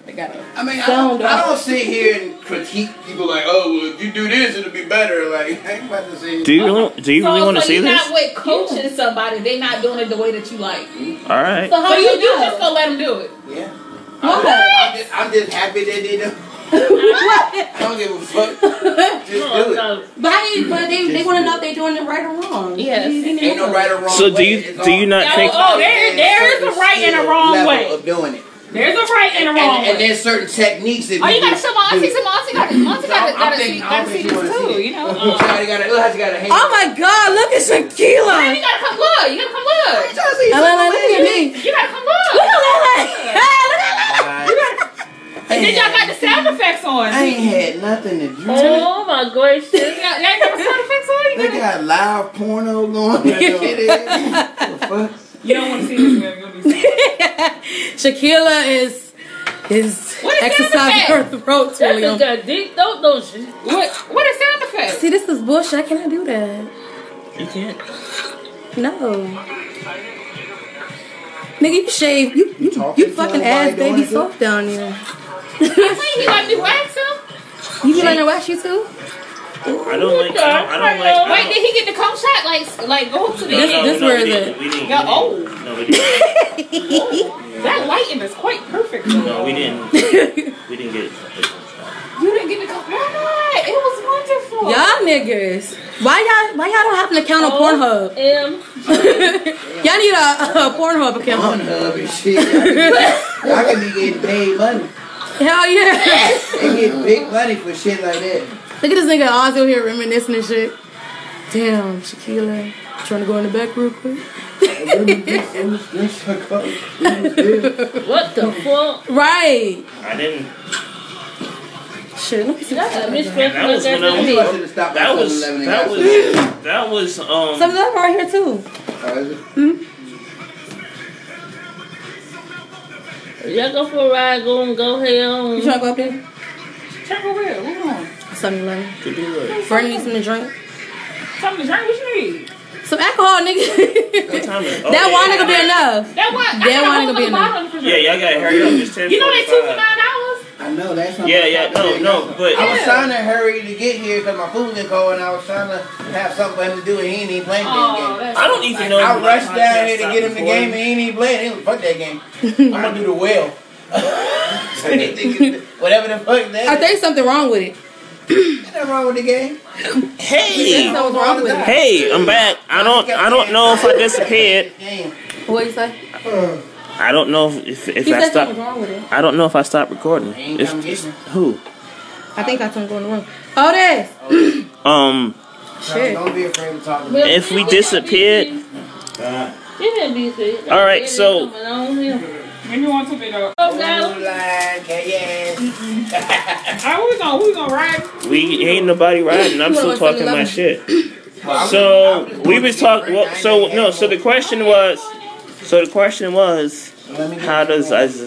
Speaker 3: they gotta.
Speaker 5: I mean, I
Speaker 8: Sound
Speaker 5: don't, I
Speaker 8: off.
Speaker 5: don't sit here and critique people like, oh, well, if you do this, it'll be better. Like, I ain't about to say.
Speaker 1: Do you really? Do you really
Speaker 3: so,
Speaker 1: want to
Speaker 3: so
Speaker 1: see
Speaker 3: you're
Speaker 1: this?
Speaker 3: not with coaching somebody. They not doing it the way that you like.
Speaker 1: All right.
Speaker 8: So how
Speaker 3: So
Speaker 8: do
Speaker 3: you,
Speaker 8: you
Speaker 3: you just
Speaker 8: do?
Speaker 3: gonna let them do it.
Speaker 5: Yeah.
Speaker 8: Why?
Speaker 5: I'm just, I'm just happy that they don't. I don't give a fuck. Just do it.
Speaker 8: But how do you, but they they want to know if they're doing it right or wrong.
Speaker 3: Yes.
Speaker 8: You- you know.
Speaker 5: Ain't no right or wrong.
Speaker 1: So do
Speaker 5: way.
Speaker 1: you-
Speaker 5: It's
Speaker 1: do
Speaker 5: all-
Speaker 1: you not
Speaker 5: it's
Speaker 1: think-
Speaker 5: all
Speaker 3: Oh, there-
Speaker 5: about
Speaker 3: there is
Speaker 5: certain
Speaker 3: a right and a
Speaker 5: skill
Speaker 3: wrong
Speaker 5: level
Speaker 3: way.
Speaker 5: of doing it.
Speaker 3: There's a right and a wrong
Speaker 5: And, and
Speaker 3: way.
Speaker 5: there's certain techniques that
Speaker 3: Oh, you
Speaker 5: we
Speaker 3: gotta
Speaker 5: do.
Speaker 3: show my auntie. Some auntie got auntie got got
Speaker 5: I'm thinking-
Speaker 3: got
Speaker 5: I'm
Speaker 3: to see
Speaker 5: thinking
Speaker 3: this
Speaker 5: you wanna see
Speaker 3: too.
Speaker 5: it.
Speaker 3: You know.
Speaker 5: Somebody
Speaker 3: Uh,
Speaker 5: gotta, somebody gotta hang
Speaker 8: Oh my God! Look at
Speaker 3: Brandon, Oh, you
Speaker 8: Shaquila.
Speaker 3: gotta come look. You gotta come look.
Speaker 8: Look at me.
Speaker 3: You gotta come
Speaker 8: Look
Speaker 3: look.
Speaker 8: at me. Hey, look at me.
Speaker 3: And then y'all got the sound effects on.
Speaker 5: I ain't had nothing to do.
Speaker 2: Oh my gracious.
Speaker 3: Y'all y'all ain't got the sound effects on. You
Speaker 5: They
Speaker 3: gotta-
Speaker 5: got live porno going. the fuck?
Speaker 3: You don't want to see this. man. You're gonna be sick.
Speaker 8: Shaquila is is
Speaker 3: What is
Speaker 8: exercising her
Speaker 3: that
Speaker 8: throat,
Speaker 2: That nigga
Speaker 8: William.
Speaker 2: got deep throat though. shit.
Speaker 3: What? What is sound effects?
Speaker 8: See, this is bullshit. I cannot do that.
Speaker 1: You can't.
Speaker 8: No. Nigga, you shave. You you,
Speaker 5: Talking
Speaker 8: you
Speaker 5: to
Speaker 8: fucking
Speaker 5: nobody
Speaker 8: ass
Speaker 5: doing
Speaker 8: baby
Speaker 5: it?
Speaker 8: soft down there.
Speaker 3: Wait, you gotta do wax him?
Speaker 8: You be letting her wax you too?
Speaker 1: I don't like. I don't like. I
Speaker 3: Wait,
Speaker 1: don't-
Speaker 3: did he get the comb shot? Like, like go to the.
Speaker 8: This-
Speaker 3: end.
Speaker 8: this where is it?
Speaker 1: We didn't.
Speaker 3: Yeah, oh.
Speaker 1: we didn't. No, we didn't.
Speaker 3: That lighting is quite perfect.
Speaker 1: No,
Speaker 3: though.
Speaker 1: we didn't. We didn't get. it.
Speaker 3: You didn't get the comb. Why not? It was wonderful.
Speaker 8: Y'all niggas. Why y'all why y'all don't have an account on
Speaker 3: Oh,
Speaker 8: Pornhub?
Speaker 2: M.
Speaker 8: y'all need a, a Pornhub account.
Speaker 5: Pornhub and shit. Oh. I can be getting paid money.
Speaker 8: Hell yeah.
Speaker 5: They get big money for shit like that.
Speaker 8: Look at this nigga Oz over here reminiscing and shit. Damn, Shaquilla. Trying to go in the back real quick.
Speaker 7: What the fuck?
Speaker 8: Right.
Speaker 1: I didn't.
Speaker 8: Shit, let me see
Speaker 7: That's
Speaker 8: that.
Speaker 3: uh,
Speaker 7: a
Speaker 1: Man, that was when I was-
Speaker 7: misfit.
Speaker 5: I should have stopped
Speaker 1: That
Speaker 5: at
Speaker 1: was
Speaker 5: 7-Eleven and
Speaker 1: that
Speaker 5: got
Speaker 1: was that was
Speaker 8: Some
Speaker 1: um.
Speaker 8: of them right here too.
Speaker 5: some- Oh, is it?
Speaker 7: Y'all go for a ride, go and go head
Speaker 8: You
Speaker 7: on.
Speaker 8: trying to go up there?
Speaker 3: Check over here. Hold on.
Speaker 8: 7 Eleven. Bring me something to drink.
Speaker 3: Something to drink. What you need?
Speaker 8: Some alcohol, nigga.
Speaker 1: Time is-
Speaker 8: that
Speaker 1: oh,
Speaker 8: wine
Speaker 1: yeah.
Speaker 8: ain't gonna be enough.
Speaker 3: That one.
Speaker 8: That one
Speaker 3: I
Speaker 8: ain't
Speaker 3: got
Speaker 8: gonna be
Speaker 3: a whole
Speaker 8: in
Speaker 3: other bottle in the
Speaker 1: Yeah,
Speaker 3: refrigerator.
Speaker 1: y'all gotta hurry up. It's ten
Speaker 3: You know they two for
Speaker 1: forty-five.
Speaker 3: nine dollars.
Speaker 5: I know that's something.
Speaker 1: Yeah,
Speaker 5: I
Speaker 1: yeah,
Speaker 5: stopped
Speaker 1: no,
Speaker 5: at
Speaker 1: no, but
Speaker 5: I was trying to hurry to get here because my food was cold and I was trying to have something for him to do and he ain't even playing
Speaker 3: Oh,
Speaker 5: that game.
Speaker 3: that's.
Speaker 1: I don't even know.
Speaker 5: I
Speaker 1: when
Speaker 5: rushed
Speaker 1: my
Speaker 5: down
Speaker 1: podcast
Speaker 5: here to
Speaker 1: stopped
Speaker 5: get him the
Speaker 1: before.
Speaker 5: game and he ain't even playing. He was fuck that game. I'm gonna do the well. Whatever the fuck
Speaker 8: I
Speaker 5: that is.
Speaker 8: think something wrong with it.
Speaker 5: Ain't nothing wrong with the game.
Speaker 1: Hey,
Speaker 8: Something's wrong with it.
Speaker 1: hey, I'm back. I don't, I don't know if I disappeared.
Speaker 5: Damn.
Speaker 8: What you say?
Speaker 1: I don't know if if
Speaker 8: He
Speaker 1: I
Speaker 8: said something's
Speaker 1: stopped.
Speaker 8: wrong with it.
Speaker 1: I don't know if I stopped recording.
Speaker 5: Ain't
Speaker 1: It's,
Speaker 5: come get
Speaker 1: it's
Speaker 5: me.
Speaker 1: who?
Speaker 8: I think I told him to go in the room. Oh, this.
Speaker 1: Um,
Speaker 8: Shit.
Speaker 5: Don't be afraid to talk to me.
Speaker 7: Well,
Speaker 1: If we
Speaker 7: you can
Speaker 1: disappeared-
Speaker 7: be-
Speaker 5: Uh,
Speaker 7: You can be sick.
Speaker 1: All right,
Speaker 7: It is
Speaker 1: so-
Speaker 7: coming on here.
Speaker 3: When you want to be though.
Speaker 7: Oh,
Speaker 5: blue
Speaker 7: God.
Speaker 5: line, yeah, yeah.
Speaker 3: Alright, where we gonna we gonna ride.
Speaker 1: we ain't nobody riding. I'm
Speaker 8: You
Speaker 1: still
Speaker 8: wanna
Speaker 1: talking my
Speaker 8: watch
Speaker 1: shit.
Speaker 5: Well, I was- I was
Speaker 1: So
Speaker 5: just
Speaker 1: we
Speaker 5: going
Speaker 1: was
Speaker 5: to get
Speaker 1: talking.
Speaker 5: drink. I
Speaker 1: Well,
Speaker 5: ain't
Speaker 1: so
Speaker 5: even
Speaker 1: no.
Speaker 5: had
Speaker 1: So the
Speaker 5: one.
Speaker 1: question was. So the question was,
Speaker 5: Let me get
Speaker 1: how does I?
Speaker 3: Why do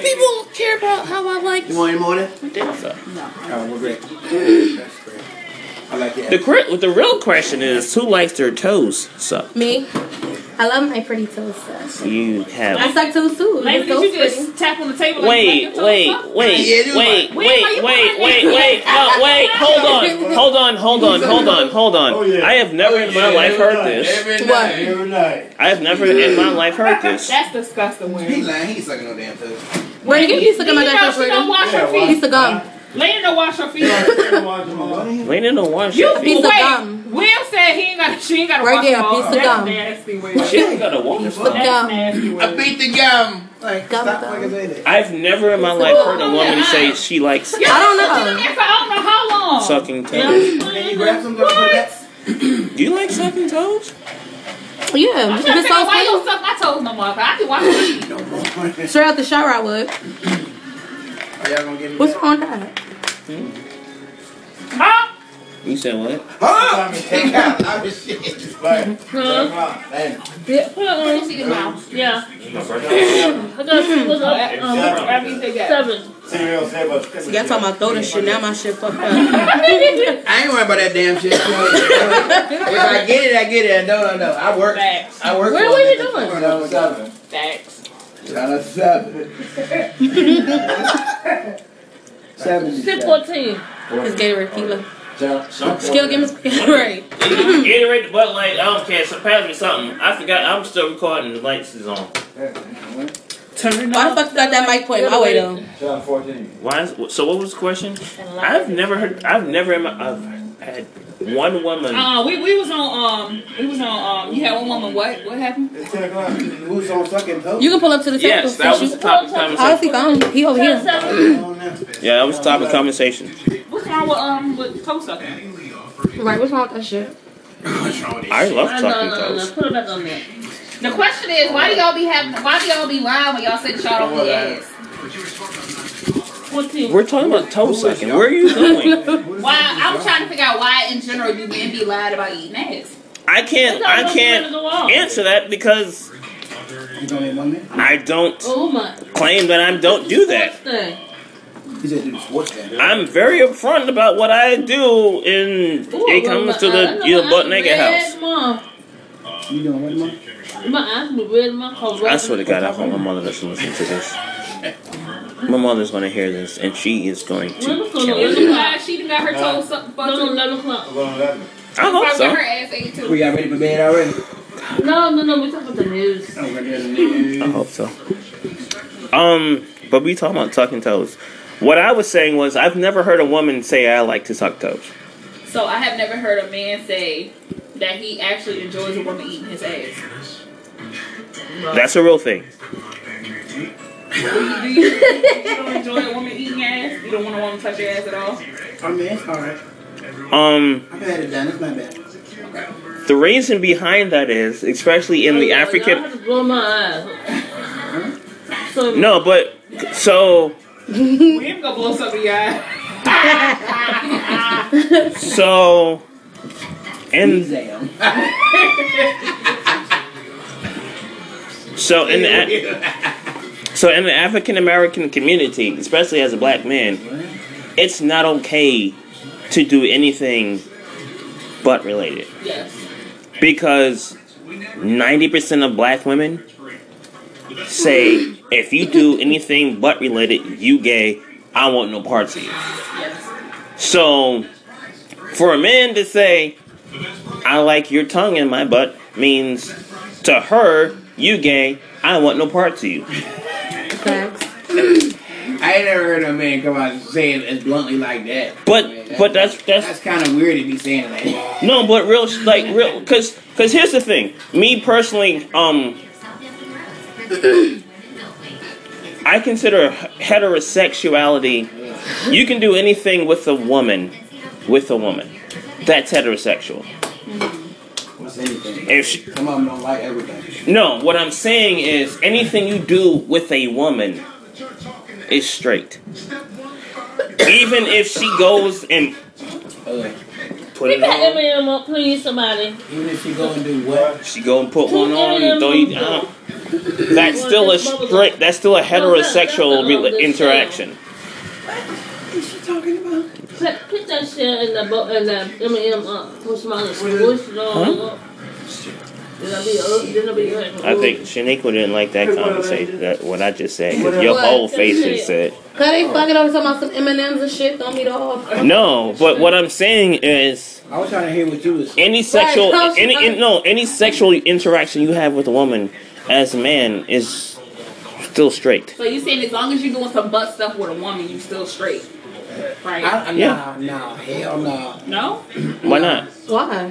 Speaker 3: people?
Speaker 5: You want any more than-
Speaker 3: No.
Speaker 5: Oh, well, great. That's great. I like
Speaker 1: The
Speaker 5: it.
Speaker 1: cri- the real question is, who likes their toes sucked?
Speaker 8: Me? I love my pretty toes. sis.
Speaker 1: You have.
Speaker 8: I suck toes too.
Speaker 3: Maybe
Speaker 8: Your toes
Speaker 3: did you
Speaker 8: pretty.
Speaker 3: just tap on the table?
Speaker 1: Wait, wait, wait, wait, wait, wait, wait, wait, no, wait, hold on, hold on, hold on, hold on, hold on. I have never in my life heard this.
Speaker 5: Every
Speaker 8: What?
Speaker 5: night.
Speaker 4: Every night.
Speaker 1: I have never in my life heard this.
Speaker 3: That's disgusting.
Speaker 5: He
Speaker 3: Wayne.
Speaker 5: lying. He ain't sucking no damn toes.
Speaker 8: Wait, you used to
Speaker 3: You
Speaker 8: come out
Speaker 3: know
Speaker 8: that
Speaker 3: she don't
Speaker 8: toes
Speaker 3: wash her
Speaker 4: Yeah,
Speaker 3: feet.
Speaker 8: Piece of gum.
Speaker 3: Lena don't wash her feet.
Speaker 1: Wayne in the wash.
Speaker 3: You
Speaker 1: your
Speaker 8: Piece
Speaker 1: feet.
Speaker 8: of
Speaker 3: wait.
Speaker 8: gum.
Speaker 3: Will said he ain't got. She ain't got to
Speaker 8: Right
Speaker 3: wash
Speaker 8: there,
Speaker 3: them off.
Speaker 8: piece of
Speaker 3: That's
Speaker 8: gum.
Speaker 3: nasty. Will.
Speaker 1: She ain't gotta wash her
Speaker 8: Piece
Speaker 1: feet.
Speaker 8: of
Speaker 3: That's
Speaker 8: gum.
Speaker 3: nasty.
Speaker 5: I
Speaker 3: Will.
Speaker 5: beat the gum. Like,
Speaker 8: Gum,
Speaker 5: stop
Speaker 8: gum.
Speaker 5: fucking saying that.
Speaker 1: I've never in my life heard a woman say she likes
Speaker 8: I don't know.
Speaker 3: That's for I don't know how long.
Speaker 1: sucking toes.
Speaker 5: Can you grab some gum for that?
Speaker 1: Do you like sucking toes?
Speaker 8: Yeah,
Speaker 3: I'm
Speaker 8: if
Speaker 3: trying to
Speaker 8: it's
Speaker 3: figure
Speaker 8: so
Speaker 3: out why you
Speaker 8: sweet.
Speaker 3: don't suck my toes no more. 'cause I can wash my feet.
Speaker 5: No more. Are
Speaker 8: Straight out the shower, I would.
Speaker 5: y'all gonna get me
Speaker 8: What's
Speaker 5: that?
Speaker 8: wrong with that?
Speaker 3: Huh?
Speaker 1: You said what?
Speaker 5: Huh? Take out a lot of shit.
Speaker 4: Like,
Speaker 7: Huh?
Speaker 5: Damn.
Speaker 7: Uh-uh.
Speaker 3: She can mouth.
Speaker 7: Yeah. I got to look up. Um,
Speaker 3: Whatever you think that.
Speaker 7: seven.
Speaker 4: cereal, say about
Speaker 8: Y'all talking about throat and shit. Now my shit fucked up.
Speaker 5: I ain't worried about that damn shit. if I get it, I get it. No, no, no. I work.
Speaker 3: Facts.
Speaker 5: I work.
Speaker 7: Where
Speaker 5: for
Speaker 7: were
Speaker 5: it.
Speaker 7: you doing?
Speaker 5: Channel seven.
Speaker 3: Facts.
Speaker 5: Channel seven. Seventy.
Speaker 7: Sip 14.
Speaker 8: It's Gatorade tequila. Skill
Speaker 5: Skill
Speaker 8: give me some Gatorade.
Speaker 1: Gatorade, Bud Light, I don't care. So pass me something. I forgot. I'm still recording. The lights is on. Turn
Speaker 8: Why the fuck you got that mic point my way though?
Speaker 5: Channel fourteen.
Speaker 1: Why? Is, so what was the question? I've never heard. I've never in my. I've had one
Speaker 7: Oh,
Speaker 1: woman.
Speaker 3: Uh, we, we was on um we was on um you had one woman what what happened?
Speaker 4: It's 10 o'clock.
Speaker 5: Who's on sucking toes?
Speaker 8: You can pull up to the table.
Speaker 1: Yes, that was the topic of
Speaker 8: How's
Speaker 1: conversation.
Speaker 8: he gone? He over
Speaker 7: Channel
Speaker 8: here.
Speaker 7: seven.
Speaker 1: Yeah, that was the topic of conversation.
Speaker 3: What's wrong with um with toe sucking?
Speaker 8: Right, what's wrong with that shit?
Speaker 1: I love
Speaker 7: No, no,
Speaker 1: talking
Speaker 7: no, no.
Speaker 1: toes.
Speaker 7: Put it back on there.
Speaker 3: The question is why do y'all be having why do y'all be lying when y'all say that y'all don't eat ass?
Speaker 7: 14.
Speaker 1: We're talking about toe sucking. Where are you going?
Speaker 3: Why I was trying to figure out why in general you men be lied about eating ass.
Speaker 1: I can't. I can't answer that because
Speaker 5: You gonna make one minute?
Speaker 1: I don't
Speaker 7: Oh my.
Speaker 1: claim that I don't do that.
Speaker 7: What's that?
Speaker 5: He said do the sports thing.
Speaker 1: I'm very upfront about what I do, and
Speaker 7: Ooh,
Speaker 1: it comes
Speaker 7: my-
Speaker 1: to
Speaker 7: I- I
Speaker 1: the
Speaker 7: know
Speaker 1: your
Speaker 7: my
Speaker 1: butt
Speaker 7: eyes
Speaker 1: naked
Speaker 7: red,
Speaker 1: house.
Speaker 7: Mom.
Speaker 5: You doing what, Mom?
Speaker 7: My eyes were red, my whole
Speaker 1: I swear to God, I hope my mother doesn't listen to this. My mother's going to hear this, and she is going
Speaker 7: Let
Speaker 1: to.
Speaker 7: me call
Speaker 3: Is
Speaker 7: it
Speaker 3: you glad she done got her toes sucked fucked
Speaker 7: No, no,
Speaker 3: too?
Speaker 7: eleven o'clock.
Speaker 4: Eleven, eleven.
Speaker 1: I hope
Speaker 3: Probably
Speaker 1: so.
Speaker 3: her ass ate too.
Speaker 5: We got ready for bed already.
Speaker 7: No, no, no, we're talking about the news.
Speaker 5: I'm gonna get a new-
Speaker 1: I hope so. Um, but we talking about tucking toes. What I was saying was, I've never heard a woman say I like to suck toes.
Speaker 3: So I have never heard a man say that he actually enjoys a woman eating his ass.
Speaker 1: That's a real thing.
Speaker 3: Do you, you don't enjoy a woman eating ass? You don't want a woman to touch your ass at all?
Speaker 5: I mean, it's all right.
Speaker 1: Um,
Speaker 5: I've had it done. It's not bad.
Speaker 1: the reason behind that is, especially in the African.
Speaker 7: I had to blow my eyes. So
Speaker 1: No, but so
Speaker 3: We ain't gonna blow something, y'all.
Speaker 1: so, in
Speaker 5: Damn.
Speaker 1: so in the a- so in the African American community, especially as a black man, it's not okay to do anything butt related
Speaker 3: Yes.
Speaker 1: because ninety percent of black women say if you do anything butt related, you gay. I want no parts of you.
Speaker 3: Yes.
Speaker 1: So, for a man to say, I like your tongue in my butt, means to her, you gay, I want no part to you.
Speaker 2: Facts.
Speaker 5: I ain't never heard a man come out and say it as bluntly like that.
Speaker 1: But- but that's- that's-
Speaker 5: that's kind of weird to be saying it like that.
Speaker 1: No, but real, sh- like, real, cause, cause here's the thing. Me personally, um, I consider heterosexuality, you can do anything with a woman, with a woman. That's heterosexual.
Speaker 5: What's anything?
Speaker 1: If she,
Speaker 5: Some of them don't like everything.
Speaker 1: No, what I'm saying is anything you do with a woman is straight. Even if she goes and
Speaker 5: Okay.
Speaker 1: put
Speaker 7: pick
Speaker 1: it
Speaker 7: that
Speaker 1: on,
Speaker 7: Eminem up, please, somebody.
Speaker 5: Even if you go and do what?
Speaker 1: she go and put one on and throw you down. That's still a straight. That's still a heterosexual rela- interaction.
Speaker 5: What you talking about?
Speaker 7: Pick, pick that shit in the bo- in the Eminem up. Push my push it all up. Then be up. Then I'll be up.
Speaker 1: I think Shaniqua didn't like that conversation. That what I just said. 'cause Your whole face just said
Speaker 2: Cause they fucking over talking about some M and M's and shit. Don't be all.
Speaker 1: no. But what I'm saying is.
Speaker 5: I was trying to hear what you was.
Speaker 1: any sexual
Speaker 2: how she-
Speaker 1: any in, no any sexual interaction you have with a woman as a man is still straight.
Speaker 3: So you saying as long as you're doing some butt stuff with a woman, you still straight, right?
Speaker 5: I, I,
Speaker 1: Yeah.
Speaker 5: nah, nah, hell nah.
Speaker 3: no.
Speaker 1: Why not?
Speaker 2: Why?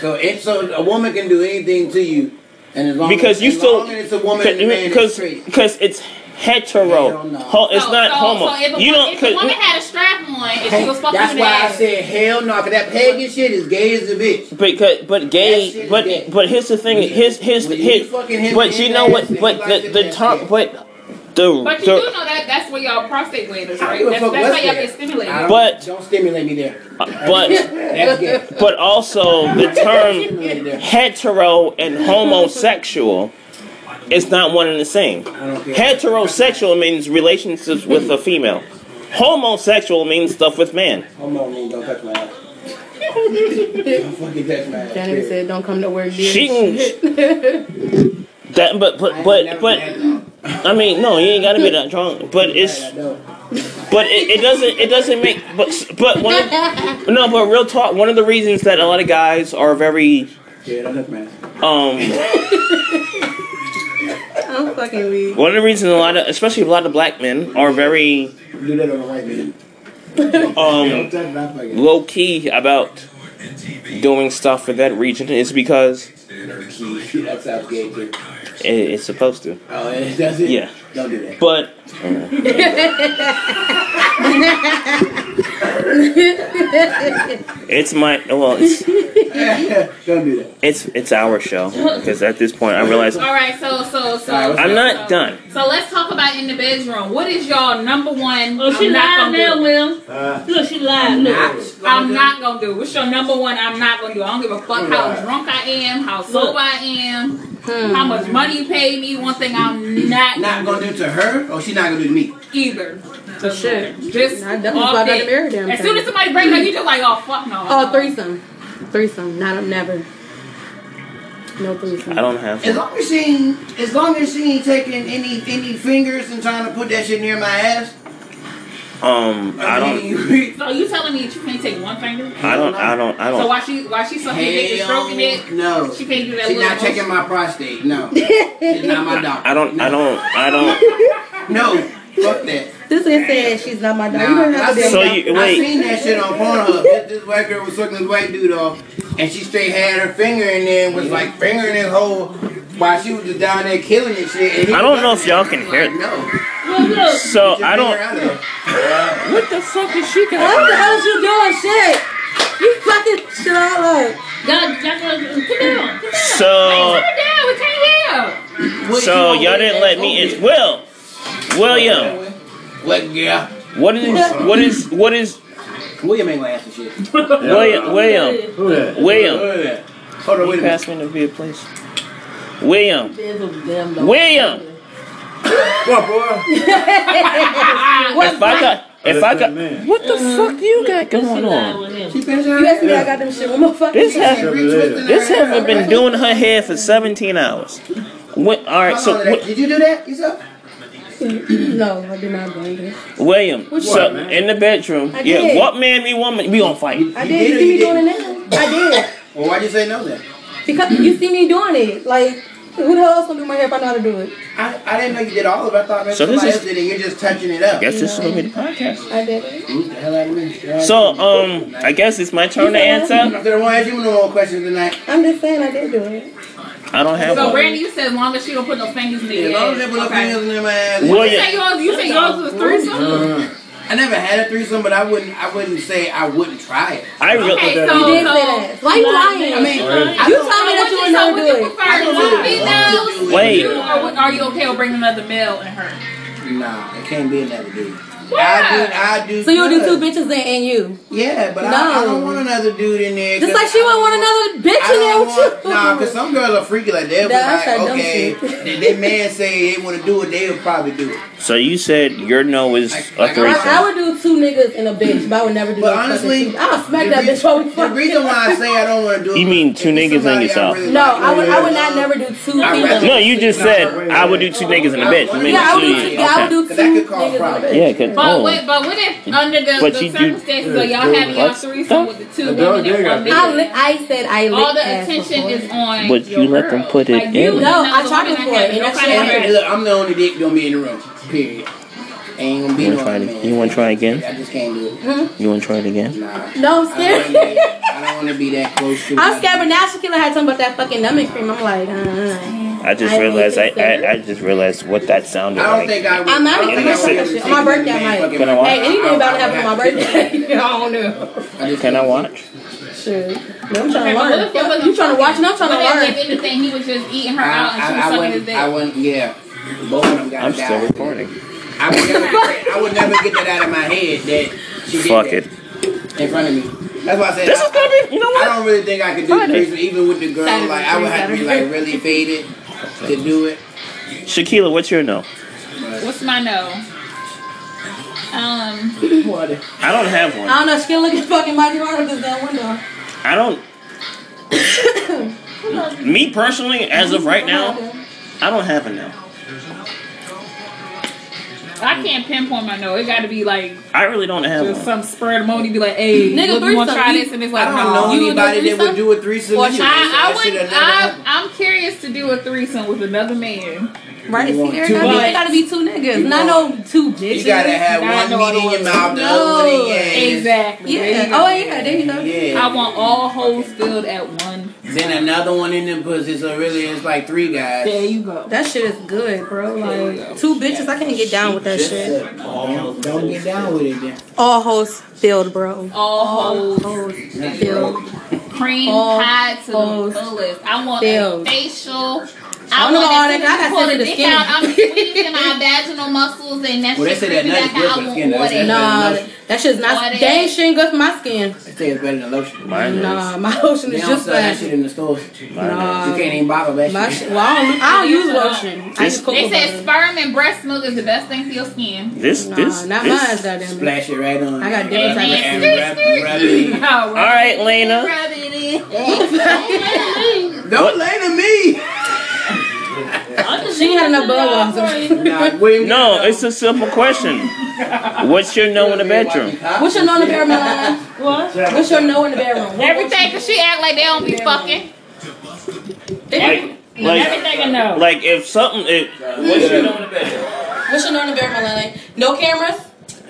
Speaker 5: So it so a woman can do anything to you, and as long
Speaker 1: Because
Speaker 5: as,
Speaker 1: you
Speaker 5: as
Speaker 1: still
Speaker 5: long as it's a woman and a man, it's
Speaker 1: because
Speaker 5: straight.
Speaker 1: because it's hetero.
Speaker 5: Hell no.
Speaker 1: Ho- it's
Speaker 3: so,
Speaker 1: not
Speaker 3: so,
Speaker 1: homo.
Speaker 3: So if a,
Speaker 1: you
Speaker 3: wo-
Speaker 1: don't
Speaker 3: if a woman
Speaker 1: cause,
Speaker 3: had a strap on and she was fucking you
Speaker 5: That's
Speaker 3: in the
Speaker 5: why I
Speaker 3: ass,
Speaker 5: said hell no. For that pagan shit is gay as a bitch.
Speaker 1: because but
Speaker 5: That shit
Speaker 1: gay
Speaker 5: is
Speaker 1: but
Speaker 5: gay.
Speaker 1: but here's the thing his his
Speaker 5: When you
Speaker 1: his
Speaker 5: fucking him
Speaker 1: but
Speaker 5: in
Speaker 1: you
Speaker 5: the
Speaker 1: know what
Speaker 5: ass and
Speaker 1: but
Speaker 5: you like
Speaker 1: the
Speaker 5: it,
Speaker 1: the
Speaker 5: that's
Speaker 1: tongue
Speaker 5: gay.
Speaker 1: but the
Speaker 3: but you do
Speaker 1: the
Speaker 3: know that that's where y'all prostate gland is,
Speaker 5: I
Speaker 3: right?
Speaker 5: don't give a
Speaker 3: That's,
Speaker 5: fuck
Speaker 3: that's
Speaker 5: what's
Speaker 3: why y'all
Speaker 5: there.
Speaker 3: get stimulated.
Speaker 5: I don't-
Speaker 1: But-
Speaker 5: don't stimulate me there.
Speaker 1: but
Speaker 5: That's gay.
Speaker 1: but also the
Speaker 5: Don't
Speaker 1: term
Speaker 5: stimulate me there.
Speaker 1: hetero and homosexual is not one and the same.
Speaker 5: I don't care.
Speaker 1: Heterosexual means relationships with a female. Homosexual means stuff with man.
Speaker 5: Hold on, man, don't touch my ass. don't fucking touch my ass.
Speaker 2: Johnny
Speaker 5: period.
Speaker 2: said, "Don't come to work."
Speaker 1: She
Speaker 2: bitch."
Speaker 1: That, but
Speaker 5: I
Speaker 1: but
Speaker 5: ain't
Speaker 1: but
Speaker 5: never
Speaker 1: but
Speaker 5: had that.
Speaker 1: I mean no, you ain't gotta be that drunk. But it's
Speaker 5: I don't.
Speaker 1: but it, it doesn't it doesn't make but but one of, no but real talk. One of the reasons that a lot of guys are very
Speaker 5: Yeah, don't touch my ass.
Speaker 1: um
Speaker 2: I'm fucking weak.
Speaker 1: one of the reasons a lot of especially a lot of black men are very
Speaker 5: Do that on the white man.
Speaker 1: um
Speaker 5: Don't touch my fucking ass.
Speaker 1: low key about doing stuff for that region is because Oh,
Speaker 5: Shit, That sounds gay too.
Speaker 1: it, it's supposed to.
Speaker 5: Oh, and that's it?
Speaker 1: Yeah.
Speaker 5: Don't do that.
Speaker 1: But it's my well, it's
Speaker 5: don't do that.
Speaker 1: it's it's our show because at this point I realize
Speaker 3: All right, so so so.
Speaker 5: All right, what's
Speaker 1: I'm
Speaker 3: so-
Speaker 1: not
Speaker 3: so-
Speaker 1: done.
Speaker 3: So let's talk about in the bedroom. What is y'all number one?
Speaker 7: Oh, she
Speaker 3: I'm
Speaker 7: lied
Speaker 3: not
Speaker 7: now,
Speaker 3: gonna do.
Speaker 7: William.
Speaker 4: Uh,
Speaker 7: Look, she lied. Look.
Speaker 3: I'm not gonna do. What's your number one? I'm not gonna do. I don't give a fuck how drunk I am, how sober I am, how much money you pay me. One thing I'm not
Speaker 5: Not gonna do it to her, or she not gonna do to me.
Speaker 3: either.
Speaker 2: For sure.
Speaker 3: Just
Speaker 2: Nah, that's
Speaker 3: all
Speaker 2: why I got
Speaker 3: dick.
Speaker 2: married damn
Speaker 3: As
Speaker 2: time.
Speaker 3: soon as somebody breaks up, you just like, oh fuck no.
Speaker 8: Uh,
Speaker 2: Oh, threesome. Threesome. Not a never. No threesome.
Speaker 1: I don't have
Speaker 5: As long as she, ain't, as long as she ain't taking any any fingers and trying to put that shit near my ass.
Speaker 1: um I don't
Speaker 5: mean,
Speaker 3: So you telling me that you can't take one finger?
Speaker 1: I don't I don't I
Speaker 3: So
Speaker 1: don't
Speaker 3: why she why she sucking dick and
Speaker 5: Hell
Speaker 3: stroking it?
Speaker 5: no.
Speaker 3: She can't do that
Speaker 5: She's
Speaker 3: little.
Speaker 5: not checking my prostate. No, she's not my doctor.
Speaker 1: I don't I don't I don't.
Speaker 5: No, fuck that.
Speaker 2: This is saying she's not my dog. you
Speaker 5: Nah,
Speaker 2: don't have
Speaker 5: I
Speaker 2: to be.
Speaker 1: So
Speaker 5: seen-
Speaker 1: you-
Speaker 5: I
Speaker 1: wait.
Speaker 5: seen that shit on Pornhub. This, this white girl was sucking this white dude off, and she straight had her finger in there and was like fingering his hole while she was just down there killing this shit. And he
Speaker 1: I
Speaker 5: was
Speaker 1: don't
Speaker 5: like-
Speaker 1: know if y'all can hear-
Speaker 5: No,
Speaker 7: Well, look.
Speaker 1: So I don't. What the fuck is she
Speaker 8: What the
Speaker 1: got?
Speaker 8: hell is you doing? Shit. You fucking shit out like.
Speaker 7: God, Jack, come down.
Speaker 1: So
Speaker 3: Sit down. We can't hear.
Speaker 1: so y'all didn't let me in. Will, William,
Speaker 5: What, yeah.
Speaker 1: what is what is what is
Speaker 5: William ain't gonna answer shit.
Speaker 1: William William
Speaker 4: Who that?
Speaker 1: William?
Speaker 5: Hold on, wait a minute.
Speaker 1: Pass me the beer, please. William,
Speaker 8: Damn, though.
Speaker 1: William.
Speaker 4: What, boy?
Speaker 1: If I got if I got what the fuck you got going on?
Speaker 7: on?
Speaker 8: You asked me, I got them shit. One more fucking
Speaker 1: This
Speaker 8: time.
Speaker 1: has This heifer been doing her hair for 17 hours. When, all right, so Wi-
Speaker 5: Did you do that yourself?
Speaker 8: No, I did not blame you.
Speaker 1: William, so
Speaker 4: man?
Speaker 1: in the bedroom,
Speaker 8: I
Speaker 1: yeah,
Speaker 8: did.
Speaker 1: what man be woman? We gonna fight.
Speaker 8: I did. You
Speaker 5: You did
Speaker 8: see
Speaker 5: it,
Speaker 8: me
Speaker 5: you
Speaker 8: doing it now? I did.
Speaker 5: Well, why'd you say no then?
Speaker 8: Because you see me doing it. Like, who the hell else gonna do my hair if I know how to do it?
Speaker 5: I, I didn't know you did all of it. I thought maybe
Speaker 1: So this
Speaker 5: somebody
Speaker 1: is-
Speaker 5: else did it. You're just touching it up.
Speaker 1: Guess this is gonna be the podcast.
Speaker 8: I did it.
Speaker 5: Move the hell out of me.
Speaker 1: So um, I guess it's my turn to
Speaker 5: I'm
Speaker 1: answer.
Speaker 5: not gonna ask you no more questions tonight.
Speaker 8: I'm just saying I did do it.
Speaker 1: I don't have
Speaker 3: So
Speaker 1: one.
Speaker 3: Randy, you said as long as she don't put no fingers in the
Speaker 5: Yeah, as long as they put up
Speaker 3: Okay.
Speaker 5: fingers in my ass.
Speaker 3: You say
Speaker 1: William,
Speaker 3: yours. You say yours was threesome.
Speaker 5: Uh, I never had a threesome, but I wouldn't. I wouldn't say I wouldn't try it.
Speaker 1: I really.
Speaker 3: Okay, so,
Speaker 8: You did say
Speaker 3: so
Speaker 8: that. Why you lying?
Speaker 5: I mean, I
Speaker 8: you
Speaker 5: don't-
Speaker 8: told me that you were
Speaker 3: so
Speaker 8: not
Speaker 3: would you
Speaker 8: doing it.
Speaker 3: prefer two females?
Speaker 1: Wait.
Speaker 3: Two, or would- are you okay with bringing another male in her?
Speaker 5: Nah, it can't be another dude.
Speaker 3: Why?
Speaker 5: I do. I do.
Speaker 8: So you'll do two
Speaker 5: good.
Speaker 8: bitches in and you.
Speaker 5: Yeah, but I, I
Speaker 8: No.
Speaker 5: don't want another dude in there.
Speaker 8: Just
Speaker 5: 'cause
Speaker 8: like she wouldn't want another bitch
Speaker 5: I
Speaker 8: in there
Speaker 5: don't
Speaker 8: with
Speaker 5: want,
Speaker 8: you.
Speaker 5: nah, cause some girls are freaky like they'll be
Speaker 8: That's that
Speaker 5: like,
Speaker 8: dumb
Speaker 5: okay,
Speaker 8: shit.
Speaker 5: if they man say they want to do it, they'll probably do it.
Speaker 1: So you said your no is a
Speaker 8: I, I
Speaker 1: threesome.
Speaker 8: would do two niggas and a bitch, but I would never do
Speaker 5: But
Speaker 8: no fucking
Speaker 5: honestly,
Speaker 8: two- I'll smack
Speaker 5: the
Speaker 8: that
Speaker 5: re-
Speaker 8: bitch while we
Speaker 5: The
Speaker 8: fuck.
Speaker 5: reason why I say I don't want to do it,
Speaker 1: You mean two
Speaker 5: if it's
Speaker 1: niggas and
Speaker 5: somebody
Speaker 1: yourself.
Speaker 5: really
Speaker 8: No,
Speaker 5: like, uh,
Speaker 8: I would. I would not
Speaker 5: love,
Speaker 8: never do two
Speaker 5: I'd
Speaker 8: niggas.
Speaker 5: rather-
Speaker 1: No, you just said I would do two niggas and a bitch. You mean,
Speaker 8: yeah, I would do two.
Speaker 1: she-
Speaker 8: Yeah, I would do two
Speaker 5: Cause that could cause
Speaker 8: niggas and a
Speaker 5: problems.
Speaker 8: bitch.
Speaker 1: okay. Yeah, cause
Speaker 3: But
Speaker 1: oh,
Speaker 3: what? But what if under the,
Speaker 1: But
Speaker 3: the
Speaker 1: you- you-
Speaker 3: circumstances of y'all
Speaker 4: Yeah,
Speaker 3: having y'all
Speaker 1: that's-
Speaker 3: threesome with the two
Speaker 4: I don't
Speaker 3: women and
Speaker 4: dig
Speaker 3: one
Speaker 4: it.
Speaker 8: I,
Speaker 3: man?
Speaker 8: li- I said I licked
Speaker 3: All the
Speaker 8: ass
Speaker 3: attention
Speaker 8: before.
Speaker 3: is on.
Speaker 1: But
Speaker 3: your
Speaker 1: you let them
Speaker 3: girl.
Speaker 1: put it
Speaker 3: Like, you
Speaker 1: in.
Speaker 3: was
Speaker 8: No,
Speaker 3: another
Speaker 8: I tried to
Speaker 3: woman that
Speaker 8: for it,
Speaker 3: had
Speaker 8: and
Speaker 3: no
Speaker 8: that's
Speaker 3: kind
Speaker 8: what
Speaker 3: of
Speaker 8: happened.
Speaker 5: Hey,
Speaker 3: hair.
Speaker 5: look, I'm the only dick gonna be in the room. Period. Ain't gonna be
Speaker 1: you
Speaker 5: no
Speaker 1: wanna try
Speaker 5: other
Speaker 1: it? You
Speaker 5: man.
Speaker 1: wanna try again?
Speaker 5: I just can't do it.
Speaker 1: You wanna try it again?
Speaker 5: Nah.
Speaker 8: No, Mm-hmm. I'm
Speaker 5: I don't
Speaker 8: scared.
Speaker 5: wanna be- I don't want to be that close to.
Speaker 8: I'm scared, but now Shaquilla had something about that fucking numbing cream. I'm like, uh,
Speaker 1: I just
Speaker 8: I don't
Speaker 1: realized. I,
Speaker 8: think so.
Speaker 1: I I just realized what that sounded
Speaker 5: I don't
Speaker 1: like.
Speaker 5: think I would.
Speaker 8: I'm not
Speaker 5: I don't
Speaker 8: even
Speaker 1: gonna
Speaker 5: think I would
Speaker 1: say
Speaker 5: ever
Speaker 8: shit.
Speaker 5: take
Speaker 8: My
Speaker 5: a
Speaker 8: birthday,
Speaker 5: man
Speaker 8: I might.
Speaker 5: fucking
Speaker 1: Can I
Speaker 5: mouth.
Speaker 1: watch?
Speaker 8: hey, anything about to
Speaker 5: I would
Speaker 8: happen on my
Speaker 5: have to.
Speaker 8: birthday. I don't know.
Speaker 5: I just
Speaker 1: Can I
Speaker 5: can't.
Speaker 1: watch?
Speaker 8: Sure. No, I'm
Speaker 3: Okay,
Speaker 8: trying to
Speaker 3: but
Speaker 8: learn.
Speaker 3: what if it was a
Speaker 8: You trying to watch and I'm trying to
Speaker 3: But if,
Speaker 8: learn.
Speaker 3: if anything, he was just eating her out and she was
Speaker 5: I, I, I
Speaker 3: sucking his
Speaker 5: wouldn't.
Speaker 3: dick.
Speaker 5: I wouldn't. Yeah. Both of them got
Speaker 1: I'm still
Speaker 5: down.
Speaker 1: recording.
Speaker 5: I would never. I would never get that out of my head that she did
Speaker 1: Fuck
Speaker 5: that
Speaker 1: it.
Speaker 5: in front of me. That's why I said
Speaker 1: This
Speaker 5: I,
Speaker 1: is gonna be. You know
Speaker 5: I
Speaker 1: what?
Speaker 5: don't really think I could do the
Speaker 1: Friday.
Speaker 5: threesome, even with the girl.
Speaker 8: Saturday,
Speaker 5: Like I would have to be
Speaker 8: Saturday.
Speaker 5: like really faded to do it.
Speaker 1: Shaquila, what's your no?
Speaker 3: What's my no? Um,
Speaker 1: I don't have one.
Speaker 8: I don't know. Shaquilla looking fucking Mighty Rodriguez that window.
Speaker 1: I don't. me personally, as of right now, I don't have a no.
Speaker 3: I can't pinpoint my no. It got to be like
Speaker 1: I really don't have
Speaker 3: just
Speaker 1: one.
Speaker 3: some spur of the moment. You be like, hey,
Speaker 8: Nigga,
Speaker 3: look, you want to
Speaker 8: threesome.
Speaker 3: try this? And it's
Speaker 5: I
Speaker 3: like,
Speaker 5: don't know
Speaker 3: no.
Speaker 8: Oh, You would do a
Speaker 5: anybody that would
Speaker 8: threesome?
Speaker 5: do a threesome.
Speaker 8: Or
Speaker 5: That
Speaker 3: I,
Speaker 5: should- that
Speaker 3: I
Speaker 5: should
Speaker 3: would.
Speaker 5: have never
Speaker 3: I,
Speaker 5: happened.
Speaker 3: I'm curious to do a threesome with another man.
Speaker 8: Right? See,
Speaker 5: two
Speaker 8: every gotta be,
Speaker 3: bitches.
Speaker 8: it gotta be two niggas, not no two bitches.
Speaker 5: You gotta have
Speaker 3: Nah, I know I
Speaker 5: one meat in
Speaker 3: don't
Speaker 5: your
Speaker 3: want
Speaker 5: mouth, the
Speaker 8: No.
Speaker 5: other one in your ass.
Speaker 3: Exactly.
Speaker 8: Yeah.
Speaker 3: There you go.
Speaker 8: Oh yeah. There you go.
Speaker 5: Yeah.
Speaker 3: I want all holes filled at one.
Speaker 5: Then another one in the pussy. So really, it's like three guys.
Speaker 3: There you go.
Speaker 8: That shit is good, bro. Like two bitches, I can't get down with that
Speaker 5: Just
Speaker 8: shit.
Speaker 5: said, oh, don't get down with it then.
Speaker 8: All hoes filled, bro.
Speaker 3: All holes
Speaker 8: Hoes filled.
Speaker 3: cream
Speaker 8: All
Speaker 3: pie to
Speaker 8: holes
Speaker 3: the fullest. I want
Speaker 8: filled.
Speaker 3: a facial.
Speaker 8: I
Speaker 3: I
Speaker 8: don't know
Speaker 3: want
Speaker 8: about all
Speaker 3: as soon
Speaker 8: that.
Speaker 3: as
Speaker 8: I got sensitive
Speaker 3: you pull dick
Speaker 8: skin.
Speaker 3: out, I'm squeezing my vaginal muscles and that's
Speaker 5: Well, they
Speaker 3: shit
Speaker 5: say that
Speaker 3: creepy
Speaker 5: nothing
Speaker 3: like
Speaker 5: good
Speaker 3: I
Speaker 5: for the
Speaker 3: want
Speaker 5: skin, though.
Speaker 3: what it-
Speaker 8: Nah, that shit's
Speaker 3: What
Speaker 8: not.
Speaker 3: is-
Speaker 8: Dang, shit ain't good for my skin.
Speaker 5: They say it's better than lotion.
Speaker 1: Mine is.
Speaker 8: Nah, my lotion
Speaker 5: They
Speaker 8: is
Speaker 5: don't
Speaker 8: just
Speaker 5: sell that shit
Speaker 8: fine.
Speaker 5: in the store.
Speaker 1: Mine
Speaker 5: you
Speaker 8: Nah,
Speaker 5: can't even bother that
Speaker 8: my
Speaker 5: shit.
Speaker 8: shit. Well, I don't, I don't use lotion. I use cocoa
Speaker 3: They said
Speaker 8: butter.
Speaker 3: sperm and breast milk is the best thing for your skin.
Speaker 1: is. This,
Speaker 8: Nah,
Speaker 1: this,
Speaker 8: not
Speaker 1: this.
Speaker 8: mine's goddamn. it.
Speaker 5: Splash it right on.
Speaker 8: I got
Speaker 5: And
Speaker 8: different type of-
Speaker 5: wrap it- and wrap it in.
Speaker 3: All
Speaker 1: All right, Lena.
Speaker 3: Rub it in.
Speaker 5: Don't lay to me.
Speaker 8: She ain't had enough Budweiser.
Speaker 5: Nah, William,
Speaker 1: No, it's a simple question. What's your no in the bedroom?
Speaker 8: What's your no in the bedroom? Lana?
Speaker 7: What?
Speaker 8: What's your no in the bedroom?
Speaker 3: Everything, cause she act like they don't be fucking.
Speaker 1: Like, like,
Speaker 3: Everything I know.
Speaker 1: like if something, if, what's your no in the bedroom?
Speaker 8: What's your no in the bedroom, Lana? No cameras.